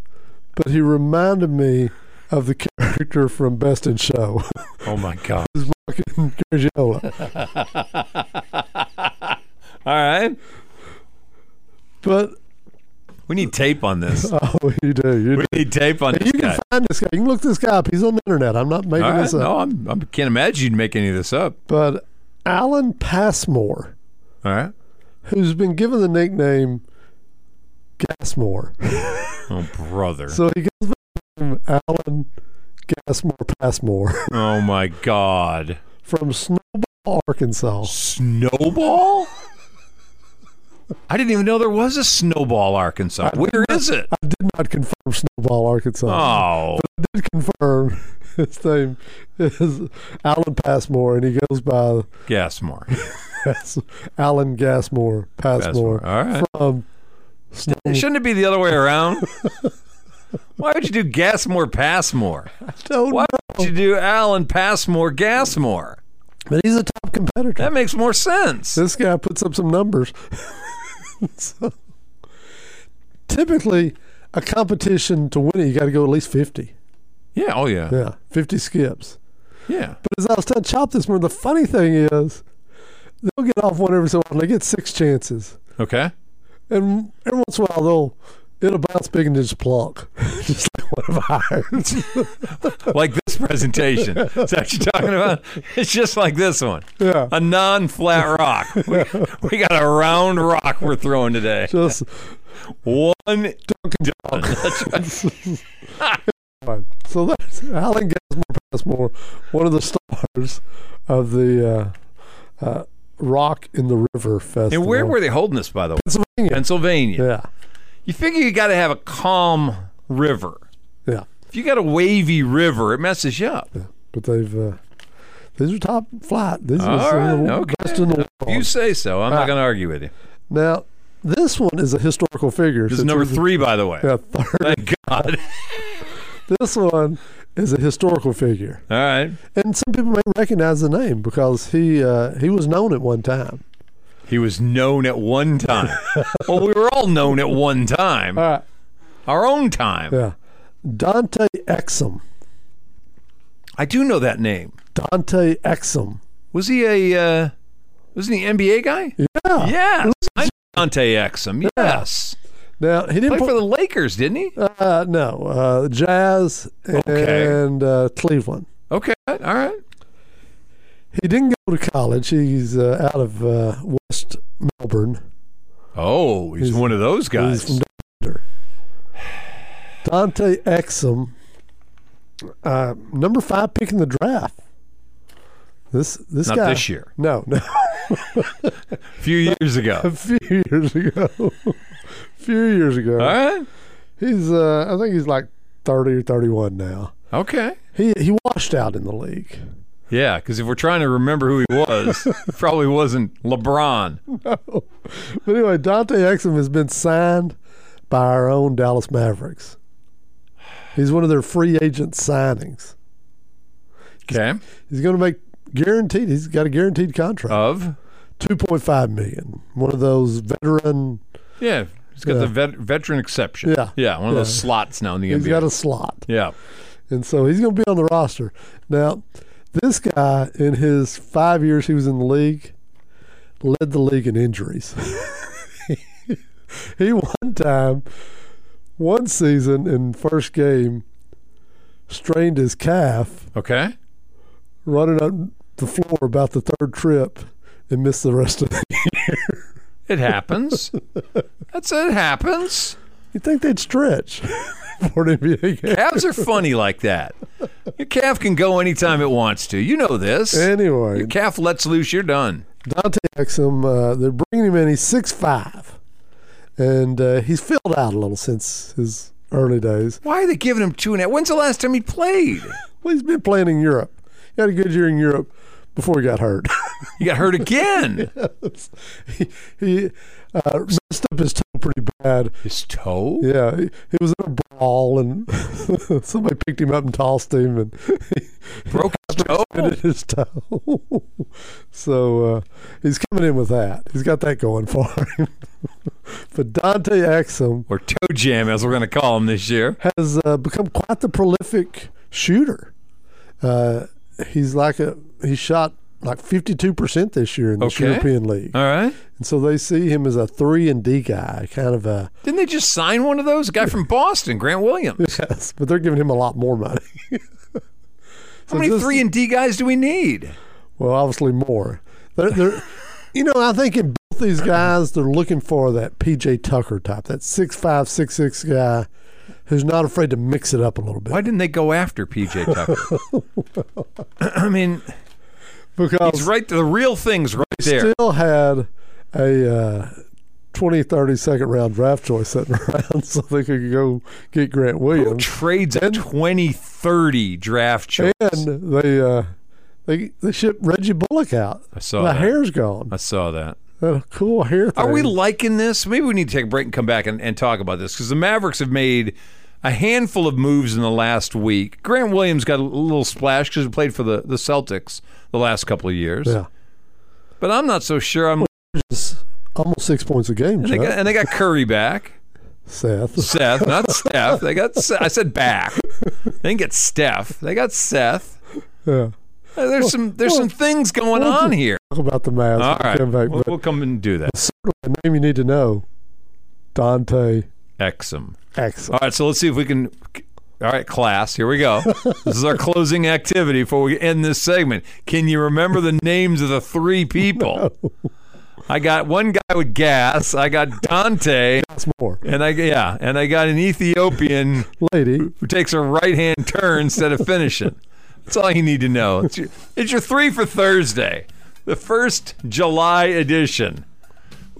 [SPEAKER 3] but he reminded me of the character from Best in Show,
[SPEAKER 2] Oh, my God.
[SPEAKER 3] fucking Gargiola.
[SPEAKER 2] All right.
[SPEAKER 3] But
[SPEAKER 2] We need tape on this.
[SPEAKER 3] oh, you do, you do.
[SPEAKER 2] We need tape on
[SPEAKER 3] You
[SPEAKER 2] this
[SPEAKER 3] can
[SPEAKER 2] guy.
[SPEAKER 3] find this guy. You can look this guy up. He's on the internet. I'm not making
[SPEAKER 2] All right.
[SPEAKER 3] this up.
[SPEAKER 2] No, I'm, I can't imagine you'd make any of this up.
[SPEAKER 3] But Alan Passmore,
[SPEAKER 2] All right.
[SPEAKER 3] who's been given the nickname Gasmore.
[SPEAKER 2] Oh, brother.
[SPEAKER 3] So he goes by the name Alan Gasmore Passmore
[SPEAKER 2] oh, my God.
[SPEAKER 3] from Snowball, Arkansas.
[SPEAKER 2] Snowball? I didn't even know there was a Snowball, Arkansas. Where is it?
[SPEAKER 3] I did not confirm Snowball, Arkansas.
[SPEAKER 2] Oh,
[SPEAKER 3] I did confirm his name is Alan Passmore, and he goes by
[SPEAKER 2] Gasmore.
[SPEAKER 3] Gas- Alan Gasmore
[SPEAKER 2] Gasmore.
[SPEAKER 3] Passmore. Um,
[SPEAKER 2] All right.
[SPEAKER 3] From Snow-
[SPEAKER 2] Shouldn't it be the other way around? Why would you do Gasmore, Passmore?
[SPEAKER 3] Don't
[SPEAKER 2] Why would you do Allen, Passmore, Gasmore?
[SPEAKER 3] But he's a top competitor.
[SPEAKER 2] That makes more sense.
[SPEAKER 3] This guy puts up some numbers. So, typically, a competition to win it, you got to go at least 50.
[SPEAKER 2] Yeah. Oh, yeah.
[SPEAKER 3] Yeah, 50 skips.
[SPEAKER 2] Yeah.
[SPEAKER 3] But as I was telling Chop this morning, the funny thing is, they'll get off one every so often. They get six chances.
[SPEAKER 2] Okay.
[SPEAKER 3] And every once in a while, they'll. It'll bounce big and just plonk, just like one of ours.
[SPEAKER 2] Like this presentation. Is that what you're talking about? It's just like this one.
[SPEAKER 3] yeah,
[SPEAKER 2] A non flat rock. We, we got a round rock we're throwing today.
[SPEAKER 3] just
[SPEAKER 2] One dunk and dunk. That's right.
[SPEAKER 3] Fine. So that's Alan Gasmore Passmore, one of the stars of the uh, uh, Rock in the River Festival.
[SPEAKER 2] And where were they holding this, by the way?
[SPEAKER 3] Pennsylvania?
[SPEAKER 2] Pennsylvania.
[SPEAKER 3] Yeah,
[SPEAKER 2] You figure you got to have a calm river.
[SPEAKER 3] yeah.
[SPEAKER 2] If you got a wavy river, it messes you up.
[SPEAKER 3] But they've uh, these are top flight. These
[SPEAKER 2] All
[SPEAKER 3] are some of the
[SPEAKER 2] right, okay.
[SPEAKER 3] best in the world.
[SPEAKER 2] You say so. I'm not
[SPEAKER 3] Ah.
[SPEAKER 2] going to argue with you.
[SPEAKER 3] now, this one is a historical figure.
[SPEAKER 2] This is
[SPEAKER 3] since
[SPEAKER 2] number
[SPEAKER 3] we're-
[SPEAKER 2] three, by the way.
[SPEAKER 3] Yeah, third.
[SPEAKER 2] Thank God.
[SPEAKER 3] This one is a historical figure,
[SPEAKER 2] All right.
[SPEAKER 3] and some people may recognize the name because he uh, he was known at one time.
[SPEAKER 2] He was known at one time. well, we were all known at one time,
[SPEAKER 3] All right.
[SPEAKER 2] our own time.
[SPEAKER 3] Yeah, Dante Exum.
[SPEAKER 2] I do know that name.
[SPEAKER 3] Dante Exum.
[SPEAKER 2] Was he a? Uh, wasn't he an NBA guy?
[SPEAKER 3] Yeah.
[SPEAKER 2] Yes. I know Dante Exum. Yes.
[SPEAKER 3] Now he didn't
[SPEAKER 2] Played for
[SPEAKER 3] play.
[SPEAKER 2] the Lakers, didn't he?
[SPEAKER 3] uh, no, uh, Jazz
[SPEAKER 2] Okay.
[SPEAKER 3] and uh, Cleveland.
[SPEAKER 2] Okay. All right.
[SPEAKER 3] He didn't go to college. He's uh, out of uh, West Melbourne.
[SPEAKER 2] Oh, he's,
[SPEAKER 3] He's-
[SPEAKER 2] one of those
[SPEAKER 3] He's
[SPEAKER 2] guys.
[SPEAKER 3] from Donder. Dante Exum, uh, number five pick in the draft. This this
[SPEAKER 2] Not
[SPEAKER 3] guy.
[SPEAKER 2] this year.
[SPEAKER 3] No, no.
[SPEAKER 2] A few years
[SPEAKER 3] A
[SPEAKER 2] ago.
[SPEAKER 3] few years ago. a few years ago.
[SPEAKER 2] All right.
[SPEAKER 3] He's uh, I think he's like thirty or thirty one now.
[SPEAKER 2] Okay.
[SPEAKER 3] He he washed out in the league.
[SPEAKER 2] Yeah, because if we're trying to remember who he was, it probably wasn't LeBron.
[SPEAKER 3] But anyway, Dante Exum has been signed by our own Dallas Mavericks. He's one of their free agent signings.
[SPEAKER 2] Okay.
[SPEAKER 3] He's going to make guaranteed. He's got a guaranteed contract,
[SPEAKER 2] Of?
[SPEAKER 3] two point five million. One of those veteran.
[SPEAKER 2] Yeah. He's got
[SPEAKER 3] Yeah.
[SPEAKER 2] the vet, veteran exception.
[SPEAKER 3] Yeah.
[SPEAKER 2] Yeah. One of those
[SPEAKER 3] Yeah.
[SPEAKER 2] slots now in the
[SPEAKER 3] He's
[SPEAKER 2] NBA.
[SPEAKER 3] got a slot,
[SPEAKER 2] yeah.
[SPEAKER 3] and so he's going to be on the roster. Now, this guy in his five years he was in the league led the league in injuries. he one time, one season in first game, strained his calf
[SPEAKER 2] Okay.
[SPEAKER 3] running up the floor about the third trip and missed the rest of the
[SPEAKER 2] It happens. That's it happens.
[SPEAKER 3] You'd think they'd stretch for an NBA game.
[SPEAKER 2] Calves are funny like that. Your calf can go anytime it wants to. You know this.
[SPEAKER 3] Anyway,
[SPEAKER 2] Your calf lets loose, you're done.
[SPEAKER 3] Dante Exum, uh, they're bringing him in. He's six five, and uh, he's filled out a little since his early days.
[SPEAKER 2] Why are they giving him two and a half? When's the last time he played?
[SPEAKER 3] Well, he's been playing in Europe. He had a good year in Europe before he got hurt.
[SPEAKER 2] He got hurt again.
[SPEAKER 3] he he uh, messed up his toe pretty bad.
[SPEAKER 2] His toe?
[SPEAKER 3] Yeah, he, he was in a brawl, and somebody picked him up and tossed him, and he
[SPEAKER 2] Broke his toe?
[SPEAKER 3] bit his toe. so uh, he's coming in with that. He's got that going for him. but Dante Exum
[SPEAKER 2] Or toe jam, as we're going to call him this year.
[SPEAKER 3] has uh, become quite the prolific shooter. Uh, he's like a he shot like 52% this year in the
[SPEAKER 2] Okay.
[SPEAKER 3] European League.
[SPEAKER 2] All right.
[SPEAKER 3] And so they see him as a 3 and D guy, kind of a
[SPEAKER 2] Didn't they just sign one of those? A guy from Boston, Grant Williams.
[SPEAKER 3] yes, but they're giving him a lot more money.
[SPEAKER 2] How many
[SPEAKER 3] just-
[SPEAKER 2] three and D guys do we need?
[SPEAKER 3] Well, obviously more. They're, they're, you know, I think in both these guys, they're looking for that PJ Tucker type, that six five, six six guy who's not afraid to mix it up a little bit.
[SPEAKER 2] Why didn't they go after PJ Tucker? I mean, he's
[SPEAKER 3] Because
[SPEAKER 2] right. The real thing's right there.
[SPEAKER 3] still had a uh, 20, 30 second round draft choice sitting around so they could go get Grant Williams.
[SPEAKER 2] Trades a 2030 draft choice.
[SPEAKER 3] And they, uh, they, they shipped Reggie Bullock out.
[SPEAKER 2] I saw
[SPEAKER 3] the
[SPEAKER 2] that.
[SPEAKER 3] hair's gone.
[SPEAKER 2] I saw that.
[SPEAKER 3] That cool hair thing.
[SPEAKER 2] Are we liking this? Maybe we need to take a break and come back and, and talk about this because the Mavericks have made a handful of moves in the last week. Grant Williams got a little splash because he played for the, the Celtics the last couple of years.
[SPEAKER 3] Yeah.
[SPEAKER 2] But I'm not so sure. I'm
[SPEAKER 3] Just almost six points a game,
[SPEAKER 2] and they, got,
[SPEAKER 3] Chuck,
[SPEAKER 2] and they got Curry back.
[SPEAKER 3] Seth.
[SPEAKER 2] Seth, not Steph. They got. Se- I said back. They didn't get Steph. They got Seth.
[SPEAKER 3] Yeah.
[SPEAKER 2] Uh, There's some. There's some things going on here.
[SPEAKER 3] talk about the Mavs.
[SPEAKER 2] All right,
[SPEAKER 3] Come back,
[SPEAKER 2] we'll,
[SPEAKER 3] but
[SPEAKER 2] we'll come and do that.
[SPEAKER 3] sort of a name you need to know, Dante
[SPEAKER 2] Exum.
[SPEAKER 3] Axel.
[SPEAKER 2] All right, so let's see if we can. All right, class, here we go. this is our closing activity before we end this segment. Can you remember the names of the three people? I got one guy with gas. I got Dante,
[SPEAKER 3] That's more
[SPEAKER 2] and I yeah, and I got an Ethiopian
[SPEAKER 3] lady.
[SPEAKER 2] who takes a right hand turn instead of finishing. That's all you need to know. It's your, it's your three for Thursday, the first July edition.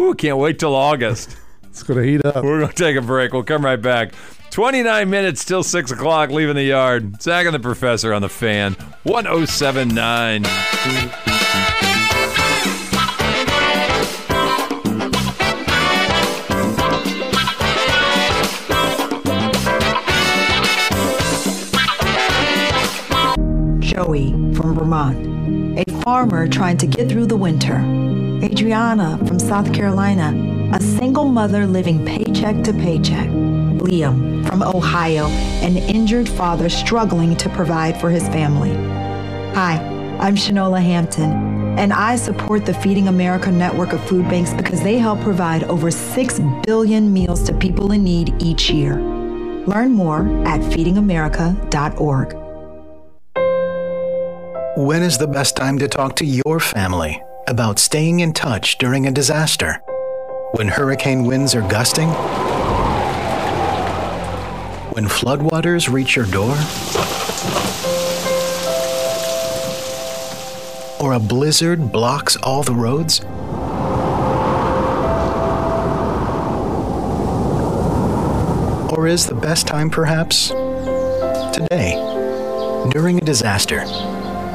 [SPEAKER 2] Ooh, can't wait till August.
[SPEAKER 3] It's going to heat up.
[SPEAKER 2] We're going to take a break. We'll come right back. 29 minutes till 6 o'clock, leaving the yard. Zach and the professor on the fan, 1079.
[SPEAKER 4] Joey from Vermont, a farmer trying to get through the winter. Adriana from South Carolina, a single mother living paycheck to paycheck. Liam from Ohio, an injured father struggling to provide for his family. Hi, I'm Shanola Hampton, and I support the Feeding America network of food banks because they help provide over 6 billion meals to people in need each year. Learn more at feedingamerica.org.
[SPEAKER 5] When is the best time to talk to your family about staying in touch during a disaster? When hurricane winds are gusting? When floodwaters reach your door? Or a blizzard blocks all the roads? Or is the best time perhaps today? During a disaster,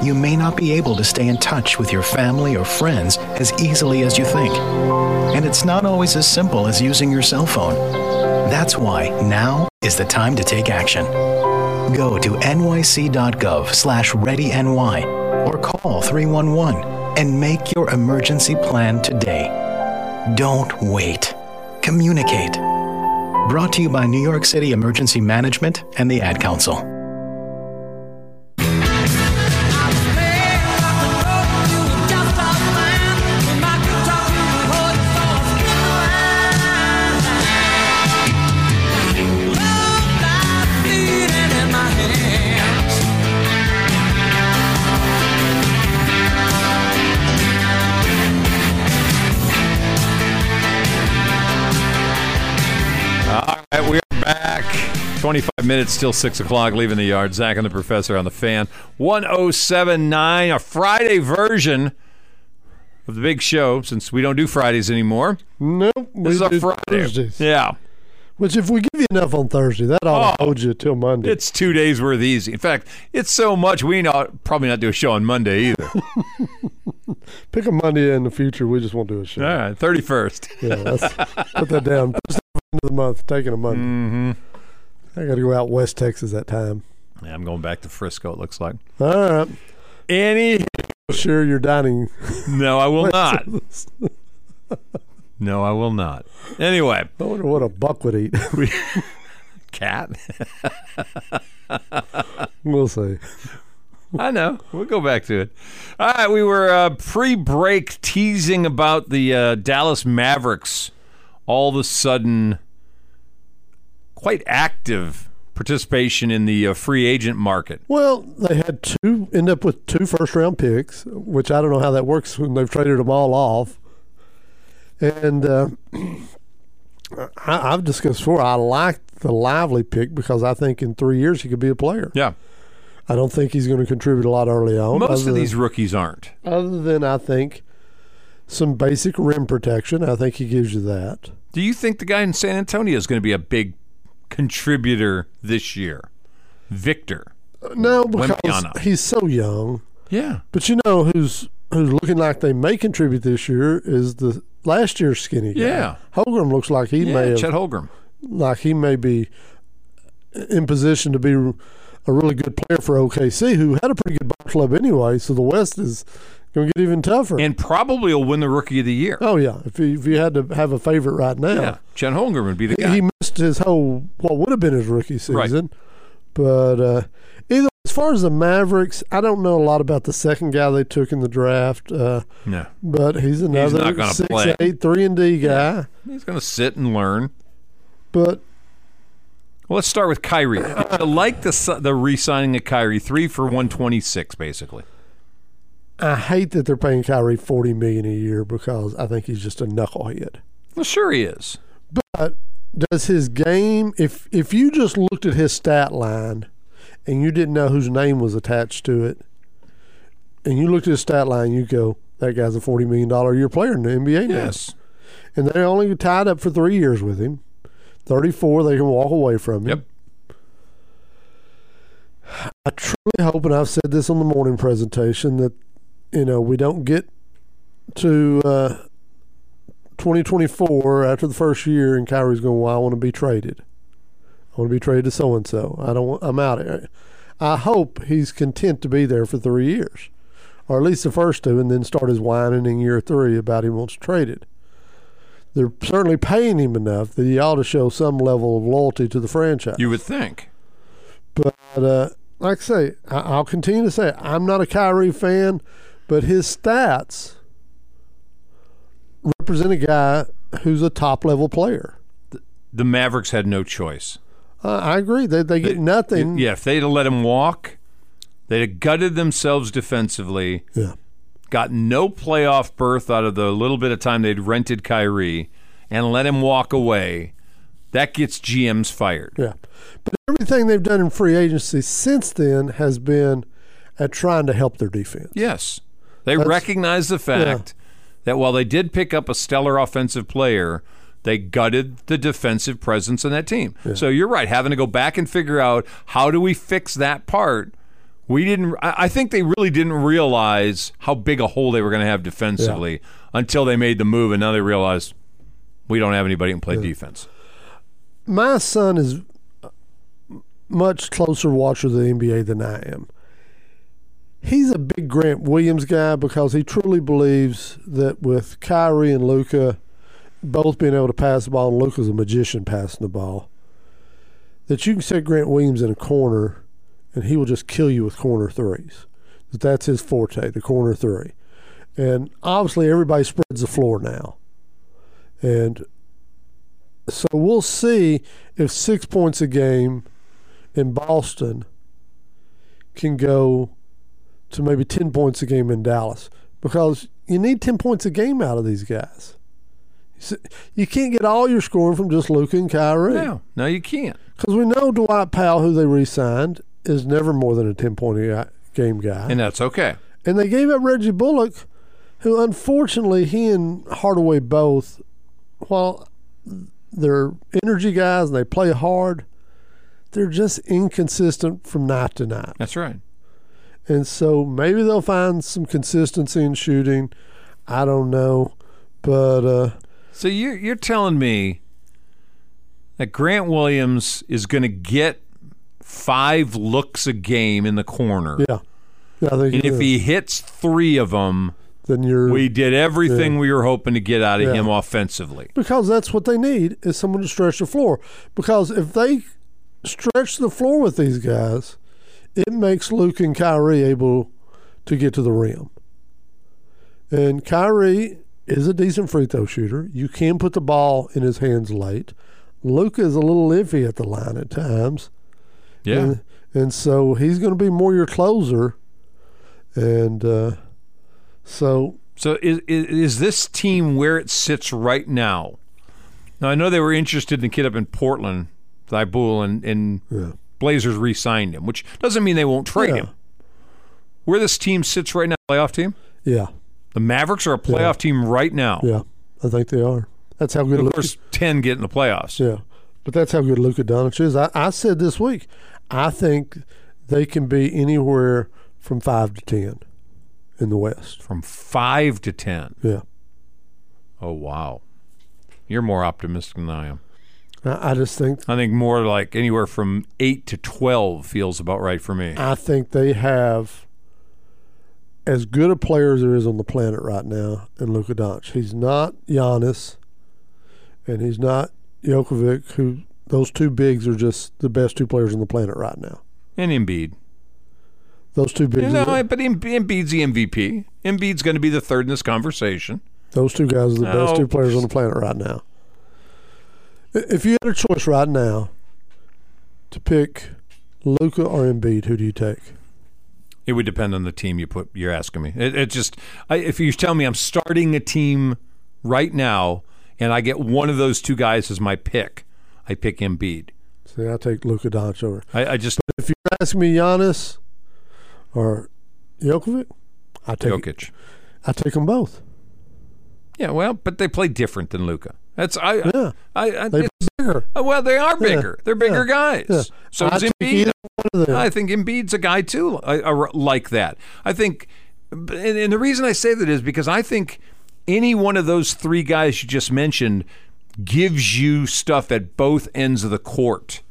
[SPEAKER 5] you may not be able to stay in touch with your family or friends as easily as you think. And it's not always as simple as using your cell phone. That's why now is the time to take action. Go to nyc.gov slash readyny or call 311 and make your emergency plan today. Don't wait. Communicate. Brought to you by New York City Emergency Management and the Ad Council.
[SPEAKER 2] 25 minutes, still 6 o'clock, leaving the yard. Zach and the professor on the fan. 1079, a Friday version of the big show, since we don't do Fridays anymore.
[SPEAKER 3] Nope. we
[SPEAKER 2] This is a
[SPEAKER 3] do
[SPEAKER 2] Friday.
[SPEAKER 3] Thursdays.
[SPEAKER 2] Yeah.
[SPEAKER 3] Which, if we give you enough on Thursday, that ought to
[SPEAKER 2] Oh.
[SPEAKER 3] hold you till Monday.
[SPEAKER 2] It's two days worth easy. In fact, it's so much we not probably not do a show on Monday either. All
[SPEAKER 3] Pick a Monday in the future. We just won't do a show.
[SPEAKER 2] right, thirty first.
[SPEAKER 3] Yeah, that's, put that down. First end of the month, taking a Monday.
[SPEAKER 2] Mm-hmm.
[SPEAKER 3] I got to go out West Texas that time.
[SPEAKER 2] Yeah, I'm going back to Frisco. It looks like.
[SPEAKER 3] All right.
[SPEAKER 2] Any?
[SPEAKER 3] Share your dining.
[SPEAKER 2] No, I will not. No, I will not. Anyway,
[SPEAKER 3] I wonder what a buck would eat.
[SPEAKER 2] cat.
[SPEAKER 3] we'll see.
[SPEAKER 2] I know. We'll go back to it. All right, we were uh, pre-break teasing about the uh, Dallas Mavericks. All of a sudden, quite active participation in the uh, free agent market.
[SPEAKER 3] Well, they had two, end up with two first round picks, which I don't know how that works when they've traded them all off. And uh, I, I've discussed before, I like the lively pick because I think in three years he could be a player.
[SPEAKER 2] Yeah.
[SPEAKER 3] I don't think he's going to contribute a lot early on.
[SPEAKER 2] Most
[SPEAKER 3] other
[SPEAKER 2] of
[SPEAKER 3] than-
[SPEAKER 2] these rookies aren't.
[SPEAKER 3] other than I think some basic rim protection. I think he gives you that.
[SPEAKER 2] Do you think the guy in San Antonio is going to be a big contributor this year? Victor.
[SPEAKER 3] No, because
[SPEAKER 2] Wembanyama.
[SPEAKER 3] he's so young.
[SPEAKER 2] Yeah.
[SPEAKER 3] But you know who's who's looking like they may contribute this year is the last year's skinny guy.
[SPEAKER 2] Yeah.
[SPEAKER 3] Holgram looks like he may
[SPEAKER 2] Yeah,
[SPEAKER 3] have,
[SPEAKER 2] Chet Holgram.
[SPEAKER 3] like he may be in position to be a really good player for OKC, who had a pretty good ball club anyway. So the West is going to get even tougher.
[SPEAKER 2] And probably will win the rookie of the year.
[SPEAKER 3] oh yeah, if you, if you had to have a favorite right now,
[SPEAKER 2] Yeah. Chet Holgram would be the
[SPEAKER 3] he
[SPEAKER 2] guy.
[SPEAKER 3] missed his whole what would have been his rookie
[SPEAKER 2] Right.
[SPEAKER 3] season. But uh, either as far as the Mavericks, I don't know a lot about the second guy they took in the draft, uh,
[SPEAKER 2] no.
[SPEAKER 3] but he's another
[SPEAKER 2] not gonna
[SPEAKER 3] six,
[SPEAKER 2] play.
[SPEAKER 3] eight, three and D guy.
[SPEAKER 2] He's going to sit and learn.
[SPEAKER 3] But
[SPEAKER 2] Well, let's start with Kyrie. I like the si- the re-signing of Kyrie, three for one twenty six, basically.
[SPEAKER 3] I hate that they're paying Kyrie forty million a year because I think he's just a knucklehead.
[SPEAKER 2] Well, sure he is.
[SPEAKER 3] But does his game if if you just looked at his stat line and you didn't know whose name was attached to it, and you looked at his stat line, you go, That guy's a forty million dollar a year player in the NBA now.
[SPEAKER 2] Yes.
[SPEAKER 3] And they're only tied up for three years with him. Thirty four they can walk away from him.
[SPEAKER 2] Yep.
[SPEAKER 3] I truly hope, and I've said this on the morning presentation, that you know we don't get to uh, 2024 after the first year, and Kyrie's going, "Well, I want to be traded. I want to be traded to so and so. I don't. Want, I'm out of here." I hope he's content to be there for three years, or at least the first two, and then start his whining in year three about he wants traded. They're certainly paying him enough that he ought to show some level of loyalty to the franchise.
[SPEAKER 2] You would think.
[SPEAKER 3] But uh, like I say, I- I'll continue to say it. I'm not a Kyrie fan, but his stats represent a guy who's a top level player.
[SPEAKER 2] The Mavericks had no choice.
[SPEAKER 3] I I agree. They they get nothing.
[SPEAKER 2] Yeah, if they'd have let him walk, they'd have gutted themselves defensively.
[SPEAKER 3] Yeah.
[SPEAKER 2] got no playoff berth out of the little bit of time they'd rented Kyrie and let him walk away, that gets GMs fired.
[SPEAKER 3] Yeah. But everything they've done in free agency since then has been at trying to help their defense.
[SPEAKER 2] Yes. They recognize the fact that while they did pick up a stellar offensive player, they gutted the defensive presence in that team. So you're right, having to go back and figure out how do we fix that part. We didn't. I I think they really didn't realize how big a hole they were going to have defensively until they made the move, and now they realize we don't have anybody who can play defense.
[SPEAKER 3] my son is much closer watcher of the NBA than I am. He's a big Grant Williams guy because he truly believes that with Kyrie and Luca both being able to pass the ball, and Luca's a magician passing the ball, that you can set Grant Williams in a corner and he will just kill you with corner threes. That that's his forte, the corner three. And obviously everybody spreads the floor now. And so we'll see if six points a game in Boston can go to maybe 10 points a game in Dallas because you need 10 points a game out of these guys. You can't get all your scoring from just Luca and Kyrie.
[SPEAKER 2] No, no, you can't.
[SPEAKER 3] Because we know Dwight Powell, who they re signed, is never more than a 10 point a game guy.
[SPEAKER 2] And that's okay.
[SPEAKER 3] And they gave up Reggie Bullock, who unfortunately he and Hardaway both, while they're energy guys and they play hard, they're just inconsistent from night to night.
[SPEAKER 2] That's right.
[SPEAKER 3] And so maybe they'll find some consistency in shooting. I don't know. But uh,
[SPEAKER 2] So you're you're telling me that Grant Williams is going to get five looks a game in the corner,
[SPEAKER 3] yeah. yeah I think
[SPEAKER 2] and
[SPEAKER 3] it
[SPEAKER 2] if
[SPEAKER 3] is.
[SPEAKER 2] he hits three of them,
[SPEAKER 3] then you're
[SPEAKER 2] we did everything we were hoping to get out of
[SPEAKER 3] Yeah.
[SPEAKER 2] him offensively.
[SPEAKER 3] because that's what they need is someone to stretch the floor. Because if they stretch the floor with these guys, it makes Luke and Kyrie able to get to the rim. And Kyrie is a decent free throw shooter. You can put the ball in his hands late. Luke is a little iffy at the line at times.
[SPEAKER 2] Yeah,
[SPEAKER 3] And, and so he's going to be more your closer. And uh, so
[SPEAKER 2] So is, is is this team where it sits right now? Now I know they were interested in the kid up in Portland, Thibault, and and Blazers re-signed him, which doesn't mean they won't trade
[SPEAKER 3] Yeah.
[SPEAKER 2] him. Where this team sits right now, playoff team.
[SPEAKER 3] yeah,
[SPEAKER 2] The Mavericks are a playoff
[SPEAKER 3] Yeah.
[SPEAKER 2] team right now.
[SPEAKER 3] yeah, I think they are. That's how good
[SPEAKER 2] Of
[SPEAKER 3] Luke
[SPEAKER 2] course, ten get in the playoffs.
[SPEAKER 3] Yeah, but that's how good Luka Doncic is. I, I said this week, I think they can be anywhere from five to ten in the West.
[SPEAKER 2] From five to ten.
[SPEAKER 3] Yeah,
[SPEAKER 2] Oh wow, you're more optimistic than I am.
[SPEAKER 3] I, I just think
[SPEAKER 2] I think more like anywhere from eight to twelve feels about right for me.
[SPEAKER 3] I think they have as good a player as there is on the planet right now in Luka Doncic. He's not Giannis, and he's not Jokovic. Who those two bigs are just the best two players on the planet right now.
[SPEAKER 2] And Embiid.
[SPEAKER 3] Those two bigs,
[SPEAKER 2] No,
[SPEAKER 3] are the-
[SPEAKER 2] but Em- Embiid's the MVP. Embiid's going to be the third in this conversation.
[SPEAKER 3] Those two guys are the
[SPEAKER 2] No.
[SPEAKER 3] best two players on the planet right now. I- If you had a choice right now to pick Luca or Embiid, who do you take?
[SPEAKER 2] It would depend on the team you put. You're asking me. It, it just I, if you tell me I'm starting a team right now and I get one of those two guys as my pick, I pick Embiid.
[SPEAKER 3] See, I take Luca Doncic over.
[SPEAKER 2] I, I just
[SPEAKER 3] If you're asking me Giannis or Jokovic, I take
[SPEAKER 2] Jokic.
[SPEAKER 3] I take them both.
[SPEAKER 2] Yeah, well, but they play different than Luca. That's I.
[SPEAKER 3] Yeah,
[SPEAKER 2] I, I
[SPEAKER 3] they
[SPEAKER 2] it's-
[SPEAKER 3] bigger.
[SPEAKER 2] oh, well, they are bigger. They're bigger guys.
[SPEAKER 3] Yeah.
[SPEAKER 2] So
[SPEAKER 3] I
[SPEAKER 2] is
[SPEAKER 3] take
[SPEAKER 2] Embiid.
[SPEAKER 3] either one of them.
[SPEAKER 2] I think Embiid's a guy too, I, I- like that. I think, and, and the reason I say that is because I think any one of those three guys you just mentioned gives you stuff at both ends of the court.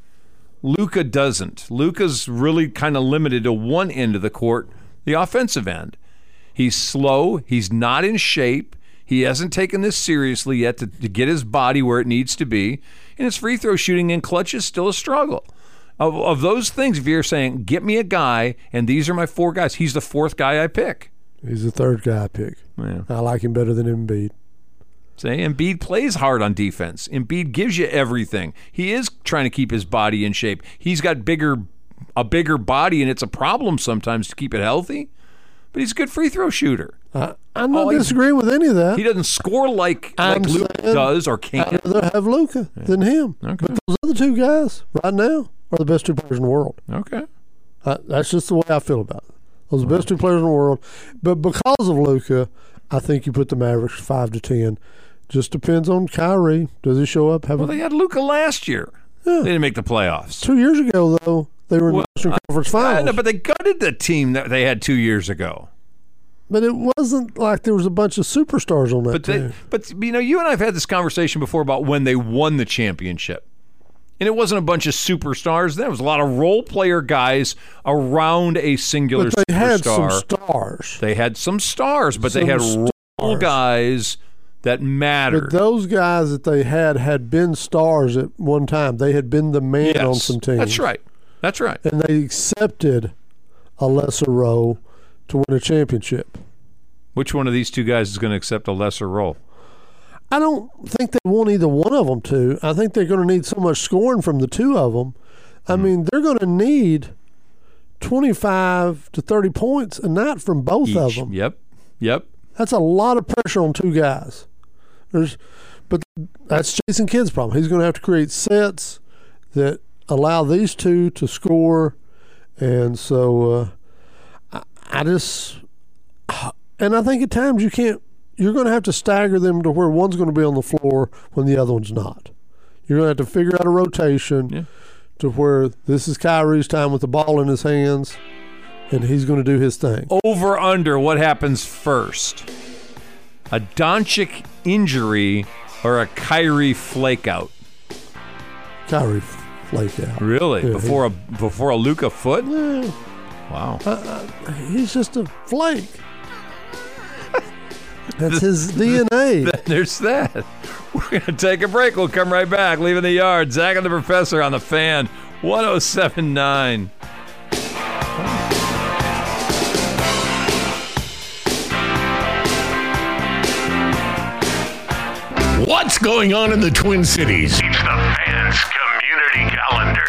[SPEAKER 2] Luca doesn't. Luca's really kind of limited to one end of the court, the offensive end. He's slow. He's not in shape. He hasn't taken this seriously yet to, to get his body where it needs to be. And his free throw shooting and clutch is still a struggle. Of, of those things, if you're saying, get me a guy, and these are my four guys, he's the fourth guy I pick.
[SPEAKER 3] He's the third guy I pick.
[SPEAKER 2] Yeah.
[SPEAKER 3] I like him better than Embiid.
[SPEAKER 2] Say Embiid plays hard on defense. Embiid gives you everything. He is trying to keep his body in shape. He's got bigger a bigger body and it's a problem sometimes to keep it healthy. But he's a good free throw shooter.
[SPEAKER 3] I, I'm not
[SPEAKER 2] Oh, he-
[SPEAKER 3] disagreeing with any of that.
[SPEAKER 2] He doesn't score like
[SPEAKER 3] I'm
[SPEAKER 2] like Luke
[SPEAKER 3] saying-
[SPEAKER 2] does or can.
[SPEAKER 3] I'd rather have Luca than him. But those other two guys right now are the best two players in the world.
[SPEAKER 2] Okay.
[SPEAKER 3] I, that's just the way I feel about it. Those are the best two players in the world. But because of Luca, I think you put the Mavericks five to ten. Just depends on Kyrie. Does he show up? Have
[SPEAKER 2] Well,
[SPEAKER 3] a,
[SPEAKER 2] they had Luca last year. They didn't make the playoffs.
[SPEAKER 3] two years ago though, they were in
[SPEAKER 2] Well,
[SPEAKER 3] the Western Conference
[SPEAKER 2] I
[SPEAKER 3] Finals.
[SPEAKER 2] know, but they gutted the team that they had two years ago.
[SPEAKER 3] but it wasn't like there was a bunch of superstars on that
[SPEAKER 2] But they,
[SPEAKER 3] team.
[SPEAKER 2] but you know, you and I have had this conversation before about when they won the championship, and it wasn't a bunch of superstars. There was a lot of role player guys around a singular
[SPEAKER 3] But they had some
[SPEAKER 2] superstar.
[SPEAKER 3] stars.
[SPEAKER 2] they had some stars, but they
[SPEAKER 3] Some
[SPEAKER 2] had role
[SPEAKER 3] stars.
[SPEAKER 2] guys that mattered.
[SPEAKER 3] But those guys that they had had been stars at one time. They had been the man
[SPEAKER 2] Yes.
[SPEAKER 3] on some teams.
[SPEAKER 2] That's right. That's right.
[SPEAKER 3] and they accepted a lesser role to win a championship.
[SPEAKER 2] Which one of these two guys is going to accept a lesser role?
[SPEAKER 3] I don't think they want either one of them to. I think they're going to need so much scoring from the two of them. I mean, they're going to need 25 to 30 points a night from both of
[SPEAKER 2] Each.
[SPEAKER 3] them.
[SPEAKER 2] Yep. Yep.
[SPEAKER 3] That's a lot of pressure on two guys. There's But that's Jason Kidd's problem. He's going to have to create sets that allow these two to score, and so uh, I, I just and I think at times you can't. You're going to have to stagger them to where one's going to be on the floor when the other one's not. You're going to have to figure out a rotation
[SPEAKER 2] Yeah.
[SPEAKER 3] to where this is Kyrie's time with the ball in his hands, and he's going to do his thing.
[SPEAKER 2] Over under, what happens first? A Doncic injury or a Kyrie flakeout?
[SPEAKER 3] Kyrie flake out.
[SPEAKER 2] Really?
[SPEAKER 3] Yeah, he-
[SPEAKER 2] before a before a Luca foot?
[SPEAKER 3] Yeah,
[SPEAKER 2] Wow.
[SPEAKER 3] he's just a flake. That's his DNA.
[SPEAKER 2] There's that. We're going to take a break. We'll come right back. Leaving the yard. Zach and the professor on the fan 1079.
[SPEAKER 6] What's going on in the Twin Cities?
[SPEAKER 7] It's the Fans Community Calendar.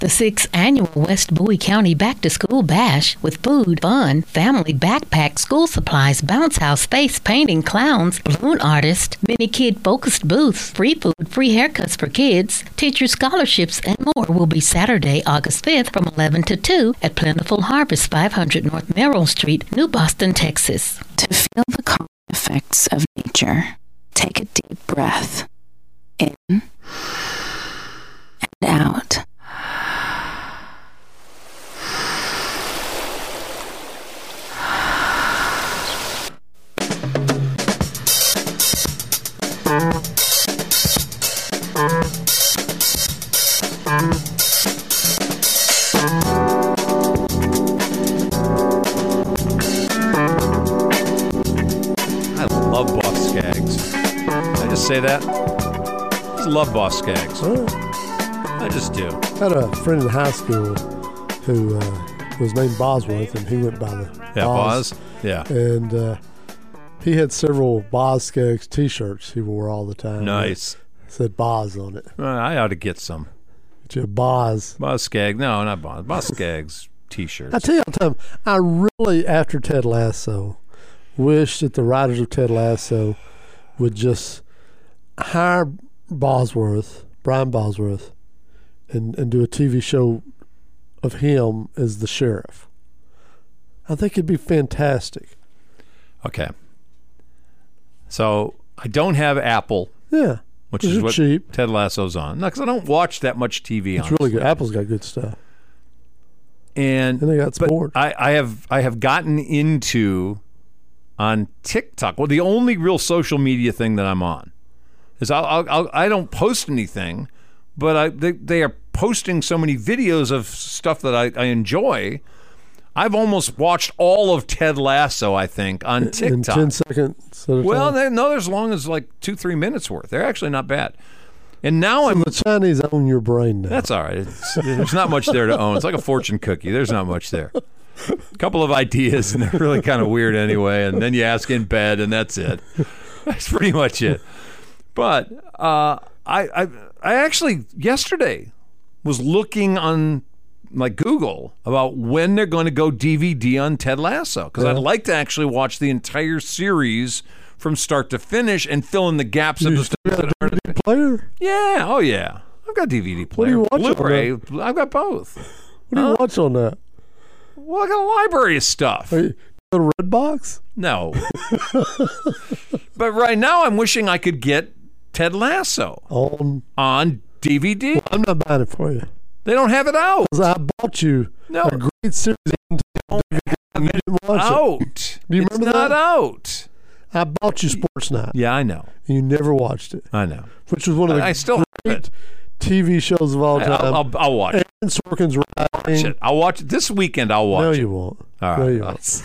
[SPEAKER 8] The sixth annual West Bowie County Back to School Bash with food, fun, family backpack, school supplies, bounce house, face painting, clowns, balloon artists, mini kid focused booths, free food, free haircuts for kids, teacher scholarships, and more will be Saturday, August 5th from 11 to 2 at Plentiful Harvest 500 North Merrill Street, New Boston, Texas.
[SPEAKER 9] to feel the calming effects of nature. Take a deep breath in and out.
[SPEAKER 2] I love Boss Skaggs. Can I just say that? I just love Boss Skaggs.
[SPEAKER 3] I
[SPEAKER 2] I just do.
[SPEAKER 3] had a friend in high school who uh, was named Bosworth, and he went by the
[SPEAKER 2] Yeah, Boz. Yeah.
[SPEAKER 3] and uh, he had several Boskegs T-shirts he wore all the time.
[SPEAKER 2] Nice.
[SPEAKER 3] It said Boz on it.
[SPEAKER 2] Well, I ought to get some.
[SPEAKER 3] It's a Boz.
[SPEAKER 2] Boss Skaggs. No, not Boss. Boss Skaggs
[SPEAKER 3] I
[SPEAKER 2] t-shirt.
[SPEAKER 3] tell you all the time, I really after Ted Lasso, wish that the writers of Ted Lasso would just hire Bosworth, Brian Bosworth, and and do a TV show of him as the sheriff. I think it'd be fantastic.
[SPEAKER 2] Okay. So I don't have Apple,
[SPEAKER 3] Yeah,
[SPEAKER 2] which
[SPEAKER 3] Those
[SPEAKER 2] is
[SPEAKER 3] are
[SPEAKER 2] what
[SPEAKER 3] cheap.
[SPEAKER 2] Ted Lasso's on. No, because I don't watch that much TV.
[SPEAKER 3] it's really good. Apple's got good stuff.
[SPEAKER 2] and
[SPEAKER 3] And they got
[SPEAKER 2] but
[SPEAKER 3] sport.
[SPEAKER 2] I, I have I have gotten into on TikTok. Well, the only real social media thing that I'm on is I'll, I'll, I'll I don't post anything, but I they, they are posting so many videos of stuff that I, I enjoy. I've almost watched all of Ted Lasso. I think on
[SPEAKER 3] in
[SPEAKER 2] TikTok.
[SPEAKER 3] 10 seconds. At a
[SPEAKER 2] well,
[SPEAKER 3] time.
[SPEAKER 2] they, no, they're as long as like two three minutes worth. They're actually not bad. And now I'm
[SPEAKER 3] the Chinese own your brain now.
[SPEAKER 2] that's all right. It's, there's not much there to own. It's like a fortune cookie. There's not much there. A couple of ideas, and they're really kind of weird anyway. And then you ask in bed, and that's it. That's pretty much it. But uh, I, I, I actually yesterday was looking on like Google about when they're going to go DVD on Ted Lasso because I'd like to actually watch the entire series from start to finish and fill in the gaps of
[SPEAKER 3] You
[SPEAKER 2] the
[SPEAKER 3] still got a DVD player?
[SPEAKER 2] yeah. Oh yeah. I've got DVD
[SPEAKER 3] do
[SPEAKER 2] player.
[SPEAKER 3] you watch on
[SPEAKER 2] Blu-ray. I've got both.
[SPEAKER 3] What do you watch on that?
[SPEAKER 2] Well, I got a library of stuff.
[SPEAKER 3] Are you go to Redbox?
[SPEAKER 2] No. but right now, I'm wishing I could get Ted Lasso
[SPEAKER 3] On
[SPEAKER 2] on DVD.
[SPEAKER 3] Oh, I'm not buying it for you.
[SPEAKER 2] They don't have it out.
[SPEAKER 3] 'Cause I bought you
[SPEAKER 2] No. Oh,
[SPEAKER 3] a great series on DVD and you didn't watch it.
[SPEAKER 2] Out.
[SPEAKER 3] Do you
[SPEAKER 2] it's
[SPEAKER 3] remember
[SPEAKER 2] not
[SPEAKER 3] that?
[SPEAKER 2] out.
[SPEAKER 3] I bought you Sports Night
[SPEAKER 2] Yeah, I know.
[SPEAKER 3] and you never watched it,
[SPEAKER 2] I know.
[SPEAKER 3] which was one of the
[SPEAKER 2] I still have it.
[SPEAKER 3] TV shows of all
[SPEAKER 2] I-
[SPEAKER 3] time.
[SPEAKER 2] I'll, I'll, I'll watch it.
[SPEAKER 3] Aaron Sorkin's
[SPEAKER 2] Watch
[SPEAKER 3] writing.
[SPEAKER 2] it. I'll watch it this weekend. I'll watch
[SPEAKER 3] no,
[SPEAKER 2] it.
[SPEAKER 3] you won't.
[SPEAKER 2] All
[SPEAKER 3] No,
[SPEAKER 2] right.
[SPEAKER 3] you won't.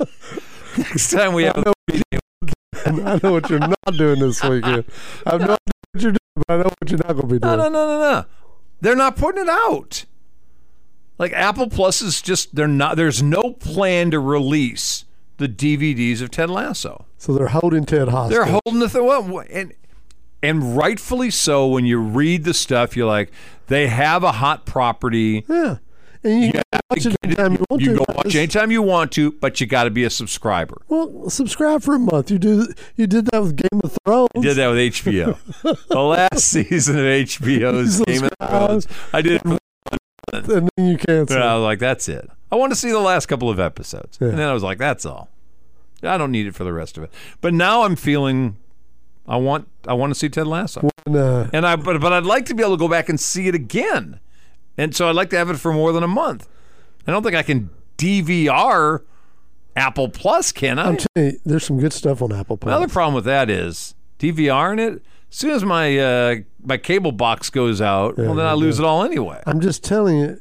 [SPEAKER 2] Next time we have a
[SPEAKER 3] I know what you're not doing this weekend. I have no idea what you're doing, but I know what you're not going to be
[SPEAKER 2] No,
[SPEAKER 3] doing.
[SPEAKER 2] no, no, no, no. They're not putting it out. Like Apple Plus is just they're not. There's no plan to release the DVDs of Ted Lasso.
[SPEAKER 3] So they're holding Ted hostage.
[SPEAKER 2] They're holding the thing well, and and rightfully so. When you read the stuff, you're like, they have a hot property.
[SPEAKER 3] Yeah. and you,
[SPEAKER 2] You
[SPEAKER 3] can
[SPEAKER 2] have
[SPEAKER 3] watch
[SPEAKER 2] to
[SPEAKER 3] it
[SPEAKER 2] get it.
[SPEAKER 3] anytime you want
[SPEAKER 2] You
[SPEAKER 3] to.
[SPEAKER 2] can
[SPEAKER 3] but
[SPEAKER 2] watch
[SPEAKER 3] it's-
[SPEAKER 2] anytime you want to, but you got to be a subscriber.
[SPEAKER 3] Well, subscribe for a month. You do. You did that with Game of Thrones.
[SPEAKER 2] I did that with HBO. the last season of HBO's Game of Thrones. I did it for
[SPEAKER 3] and then you
[SPEAKER 2] But
[SPEAKER 3] cancel.
[SPEAKER 2] I was like, that's it. I want to see the last couple of episodes.
[SPEAKER 3] Yeah.
[SPEAKER 2] And then I was like, that's all. I don't need it for the rest of it. But now I'm feeling I want I want to see Ted Lasso.
[SPEAKER 3] And, uh,
[SPEAKER 2] And I but but I'd like to be able to go back and see it again. And so I'd like to have it for more than a month. I don't think I can DVR Apple Plus, can I?
[SPEAKER 3] I'm telling you, there's some good stuff on Apple Pay.
[SPEAKER 2] Another problem with that is DVRing it. As soon as my uh, my cable box goes out, well then I lose it all anyway.
[SPEAKER 3] I'm just telling you,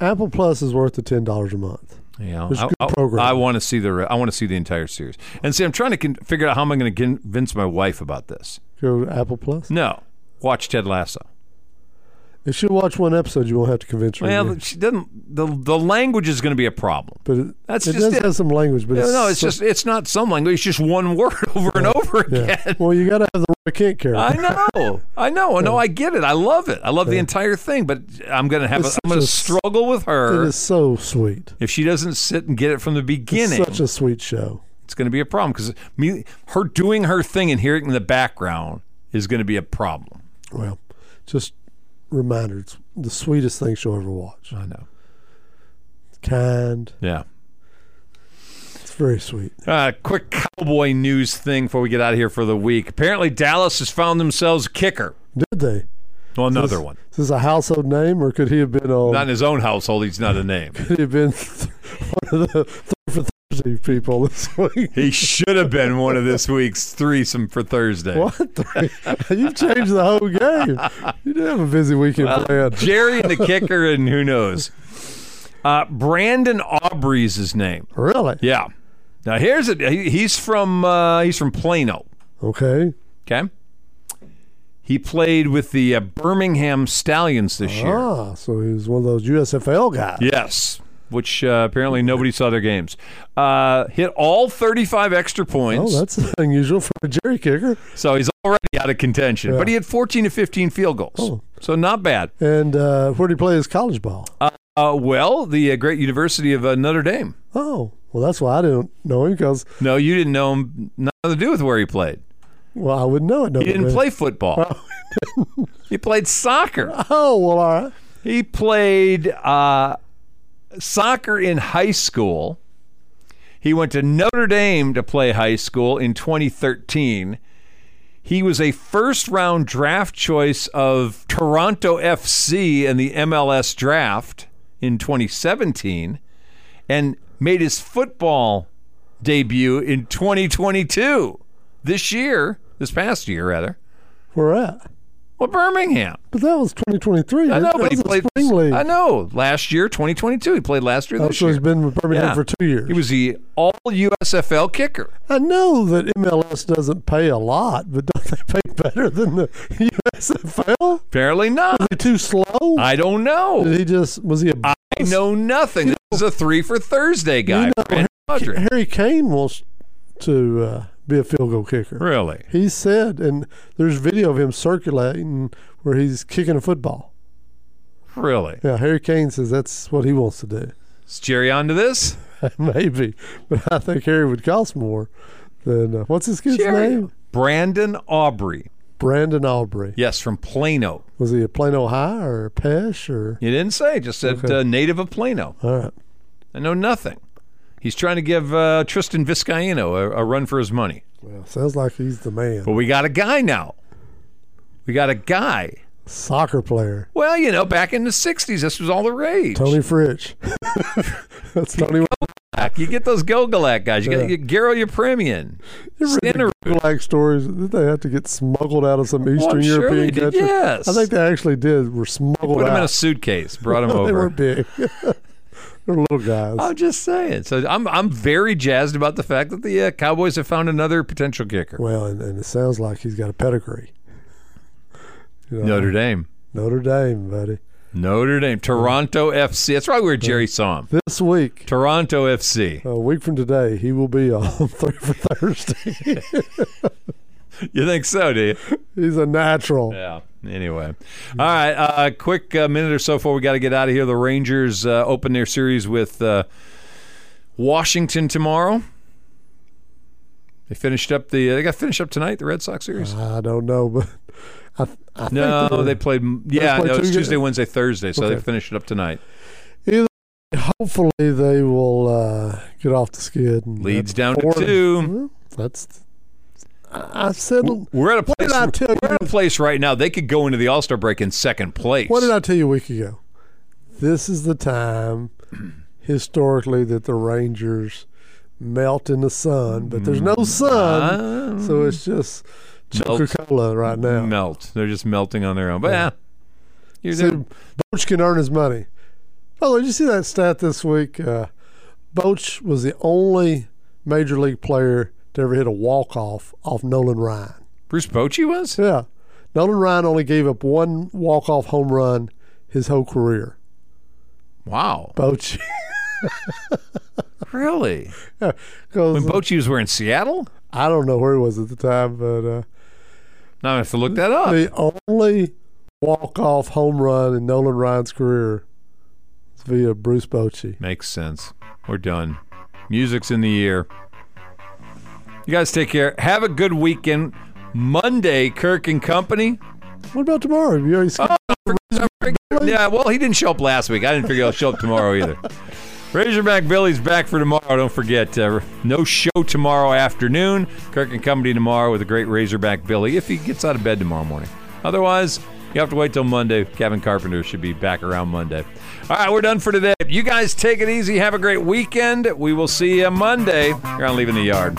[SPEAKER 3] Apple Plus is worth the ten dollars a month.
[SPEAKER 2] Yeah,
[SPEAKER 3] It's
[SPEAKER 2] I,
[SPEAKER 3] good programming.
[SPEAKER 2] want to see the re- I want to see the entire series. And see, I'm trying to con- figure out how am I going to convince my wife about this.
[SPEAKER 3] Go to Apple Plus.
[SPEAKER 2] No, watch Ted
[SPEAKER 3] Oh,
[SPEAKER 2] Lasso.
[SPEAKER 3] If she watch one episode, you won't have to convince her.
[SPEAKER 2] Well,
[SPEAKER 3] again.
[SPEAKER 2] she doesn't. The the language is going to be a problem.
[SPEAKER 3] but it,
[SPEAKER 2] that's
[SPEAKER 3] it
[SPEAKER 2] just
[SPEAKER 3] does
[SPEAKER 2] it.
[SPEAKER 3] have some language. But
[SPEAKER 2] No,
[SPEAKER 3] it's
[SPEAKER 2] no, it's
[SPEAKER 3] so-
[SPEAKER 2] just it's not some language. It's just one word over and over
[SPEAKER 3] yeah.
[SPEAKER 2] again.
[SPEAKER 3] well, you got to have the Roy Kent character.
[SPEAKER 2] I know, I know, I know. I get it. I love it. I love the entire thing. But I'm going to have. A,
[SPEAKER 3] It's
[SPEAKER 2] I'm
[SPEAKER 3] such
[SPEAKER 2] going
[SPEAKER 3] a
[SPEAKER 2] to
[SPEAKER 3] s-
[SPEAKER 2] struggle with
[SPEAKER 3] It
[SPEAKER 2] her
[SPEAKER 3] is so sweet.
[SPEAKER 2] if she doesn't sit and get it from the
[SPEAKER 3] It's
[SPEAKER 2] beginning.
[SPEAKER 3] such a sweet show.
[SPEAKER 2] it's going to be a problem because me, her doing her thing and hearing it in the background is going to be a problem.
[SPEAKER 3] Well, just reminder, it's the sweetest thing she'll ever watch.
[SPEAKER 2] I know.
[SPEAKER 3] Kind.
[SPEAKER 2] Yeah.
[SPEAKER 3] It's very sweet.
[SPEAKER 2] Uh, quick cowboy news thing before we get out of here for the week. Apparently, Dallas has found themselves a kicker.
[SPEAKER 3] Did they?
[SPEAKER 2] Well, another
[SPEAKER 3] Is-
[SPEAKER 2] one.
[SPEAKER 3] Is this a household name, or could he have been on?
[SPEAKER 2] Not in his own household. He's not a name.
[SPEAKER 3] could he have been one of the three for Thursday people this week?
[SPEAKER 2] He should have been one of this week's threesome for Thursday.
[SPEAKER 3] What? Three? You've changed the whole game. You did have a busy weekend planned.
[SPEAKER 2] Jerry and the kicker, and who knows? Uh, Brandon Aubrey's his name.
[SPEAKER 3] really?
[SPEAKER 2] Yeah. Now here's it. He, he's from uh, he's from Plano.
[SPEAKER 3] Okay.
[SPEAKER 2] Okay. He played with the uh, Birmingham Stallions this year.
[SPEAKER 3] Ah, so he was one of those USFL guys.
[SPEAKER 2] Yes, which uh, apparently nobody saw their games. Uh, hit all 35 extra
[SPEAKER 3] Oh,
[SPEAKER 2] points,
[SPEAKER 3] that's unusual for a Jerry kicker.
[SPEAKER 2] so he's already out of contention. But he had 14 to 15 field goals, so not bad.
[SPEAKER 3] And uh, where did he play his college ball?
[SPEAKER 2] Uh, well, the uh, great University of uh, Notre Dame.
[SPEAKER 3] oh, well, that's why I didn't know him because,
[SPEAKER 2] No, you didn't know him. Nothing to do with where he played.
[SPEAKER 3] well, I wouldn't know it.
[SPEAKER 2] He didn't play football. he played soccer.
[SPEAKER 3] Oh, well, all right.
[SPEAKER 2] He played uh, soccer in high school. He went to Notre Dame to play high school in 2013. He was a first round draft choice of Toronto FC in the MLS draft in 2017 and made his football debut in 2022 this year, this past year rather.
[SPEAKER 3] Where at?
[SPEAKER 2] Well, Birmingham.
[SPEAKER 3] But that was 2023.
[SPEAKER 2] I know,
[SPEAKER 3] that
[SPEAKER 2] but he
[SPEAKER 3] was a
[SPEAKER 2] played.
[SPEAKER 3] Spring league.
[SPEAKER 2] I know. Last year, 2022, he played last year.
[SPEAKER 3] Oh,
[SPEAKER 2] This
[SPEAKER 3] so he's
[SPEAKER 2] year,
[SPEAKER 3] been with Birmingham
[SPEAKER 2] Yeah.
[SPEAKER 3] for two years.
[SPEAKER 2] he was the All USFL kicker.
[SPEAKER 3] I know that MLS doesn't pay a lot, but don't they pay better than the USFL?
[SPEAKER 2] Apparently not.
[SPEAKER 3] They're too slow.
[SPEAKER 2] I don't know.
[SPEAKER 3] Did he just was he a
[SPEAKER 2] I know nothing. This is a three for Thursday guy.
[SPEAKER 3] You know,
[SPEAKER 2] Brandon Audrey.
[SPEAKER 3] Harry Kane wants to uh, be a field goal kicker.
[SPEAKER 2] Really?
[SPEAKER 3] He said, and there's video of him circulating where he's kicking a football.
[SPEAKER 2] Really?
[SPEAKER 3] Yeah, Harry Kane says that's what he wants to do.
[SPEAKER 2] Is Jerry on to this?
[SPEAKER 3] Maybe, but I think Harry would cost more than uh, what's his kid's name?
[SPEAKER 2] Brandon Aubrey.
[SPEAKER 3] Brandon Aubrey.
[SPEAKER 2] Yes, from Plano.
[SPEAKER 3] Was he a Plano High or Pesh or?
[SPEAKER 2] You didn't say. Just said
[SPEAKER 3] Okay.
[SPEAKER 2] uh, native of Plano.
[SPEAKER 3] All right.
[SPEAKER 2] I know nothing. He's trying to give uh, Tristan Vizcaino a, a run for his money.
[SPEAKER 3] Well, sounds like he's the man.
[SPEAKER 2] But we got a guy now. We got a guy.
[SPEAKER 3] Soccer player.
[SPEAKER 2] Well, you know, back in the '60s, this was all the rage.
[SPEAKER 3] Tony Fritsch. That's Tony.
[SPEAKER 2] You get those Gogolak guys. You got
[SPEAKER 3] Yeah.
[SPEAKER 2] you, Garo Upramian. Skinner.
[SPEAKER 3] Black stories. Did they have to get smuggled out of some Eastern
[SPEAKER 2] I'm sure
[SPEAKER 3] European
[SPEAKER 2] they did,
[SPEAKER 3] country?
[SPEAKER 2] yes.
[SPEAKER 3] I think they actually did. Were smuggled
[SPEAKER 2] Put him in a
[SPEAKER 3] out.
[SPEAKER 2] suitcase. Brought him
[SPEAKER 3] they
[SPEAKER 2] over. Oh,
[SPEAKER 3] weren't big. They're little guys.
[SPEAKER 2] I'm just saying. So I'm I'm very jazzed about the fact that the uh, Cowboys have found another potential kicker.
[SPEAKER 3] well, and, and it sounds like he's got a pedigree. You know,
[SPEAKER 2] Notre Dame.
[SPEAKER 3] Notre Dame, buddy.
[SPEAKER 2] Notre Dame. Toronto FC. That's right where Jerry saw him.
[SPEAKER 3] This week,
[SPEAKER 2] Toronto FC.
[SPEAKER 3] a week from today, he will be on Three for Thursday.
[SPEAKER 2] You think so, do you?
[SPEAKER 3] He's a natural.
[SPEAKER 2] Yeah. Anyway, all right. Uh, quick uh, minute or so before we got to get out of here. The Rangers uh, open their series with uh, Washington tomorrow. They finished up the. uh, They got finished up tonight. The Red Sox series.
[SPEAKER 3] I don't know, but I, th- I
[SPEAKER 2] no,
[SPEAKER 3] think
[SPEAKER 2] they
[SPEAKER 3] they're-
[SPEAKER 2] played. Yeah,
[SPEAKER 3] play
[SPEAKER 2] no, it's
[SPEAKER 3] two ga-
[SPEAKER 2] Tuesday, Wednesday, Thursday. So they
[SPEAKER 3] Okay.
[SPEAKER 2] finished it up tonight.
[SPEAKER 3] Hopefully they will uh, get off the skid. And
[SPEAKER 2] Leads
[SPEAKER 3] that's
[SPEAKER 2] down to
[SPEAKER 3] four-
[SPEAKER 2] two.
[SPEAKER 3] Well, That's. I I said.
[SPEAKER 2] We're at a
[SPEAKER 3] What
[SPEAKER 2] place.
[SPEAKER 3] did I tell
[SPEAKER 2] We're
[SPEAKER 3] you?
[SPEAKER 2] at a place right now. They could go into the All Star break in second place.
[SPEAKER 3] What did I tell you a week ago? This is the time historically that the Rangers melt in the sun, but there's no
[SPEAKER 2] Uh,
[SPEAKER 3] sun, so it's just
[SPEAKER 2] Melt.
[SPEAKER 3] Coca Cola right now.
[SPEAKER 2] Uh, melt. They're just melting on their own. But yeah, you're
[SPEAKER 3] See,
[SPEAKER 2] there.
[SPEAKER 3] Boch can earn his money. Oh, did you see that stat this week? Uh, Boch was the only major league player to ever hit a walk off off Nolan Ryan.
[SPEAKER 2] Bruce Bochy was.
[SPEAKER 3] Yeah, Nolan Ryan only gave up one walk off home run his whole career.
[SPEAKER 2] Wow,
[SPEAKER 3] Boch,
[SPEAKER 2] really?
[SPEAKER 3] 'Cause
[SPEAKER 2] When Bochy was wearing Seattle.
[SPEAKER 3] I don't know where he was at the time, but uh,
[SPEAKER 2] Now I have to look that up.
[SPEAKER 3] the only walk off home run in Nolan Ryan's career is via Bruce Bochy.
[SPEAKER 2] Makes sense. We're done. Music's in the ear. You guys take care. Have a good weekend. Monday, Kirk and Company.
[SPEAKER 3] What about tomorrow? You already skipped
[SPEAKER 2] Yeah, well, he didn't show up last week. I didn't figure he'll show up tomorrow either. Razorback Billy's back for tomorrow. Don't forget, uh, no show tomorrow afternoon. Kirk and Company tomorrow with the great Razorback Billy if he gets out of bed tomorrow morning. Otherwise, you have to wait till Monday. Kevin Carpenter should be back around Monday. All right, we're done for today. You guys take it easy. Have a great weekend. We will see you Monday. You're on Leaving the Yard.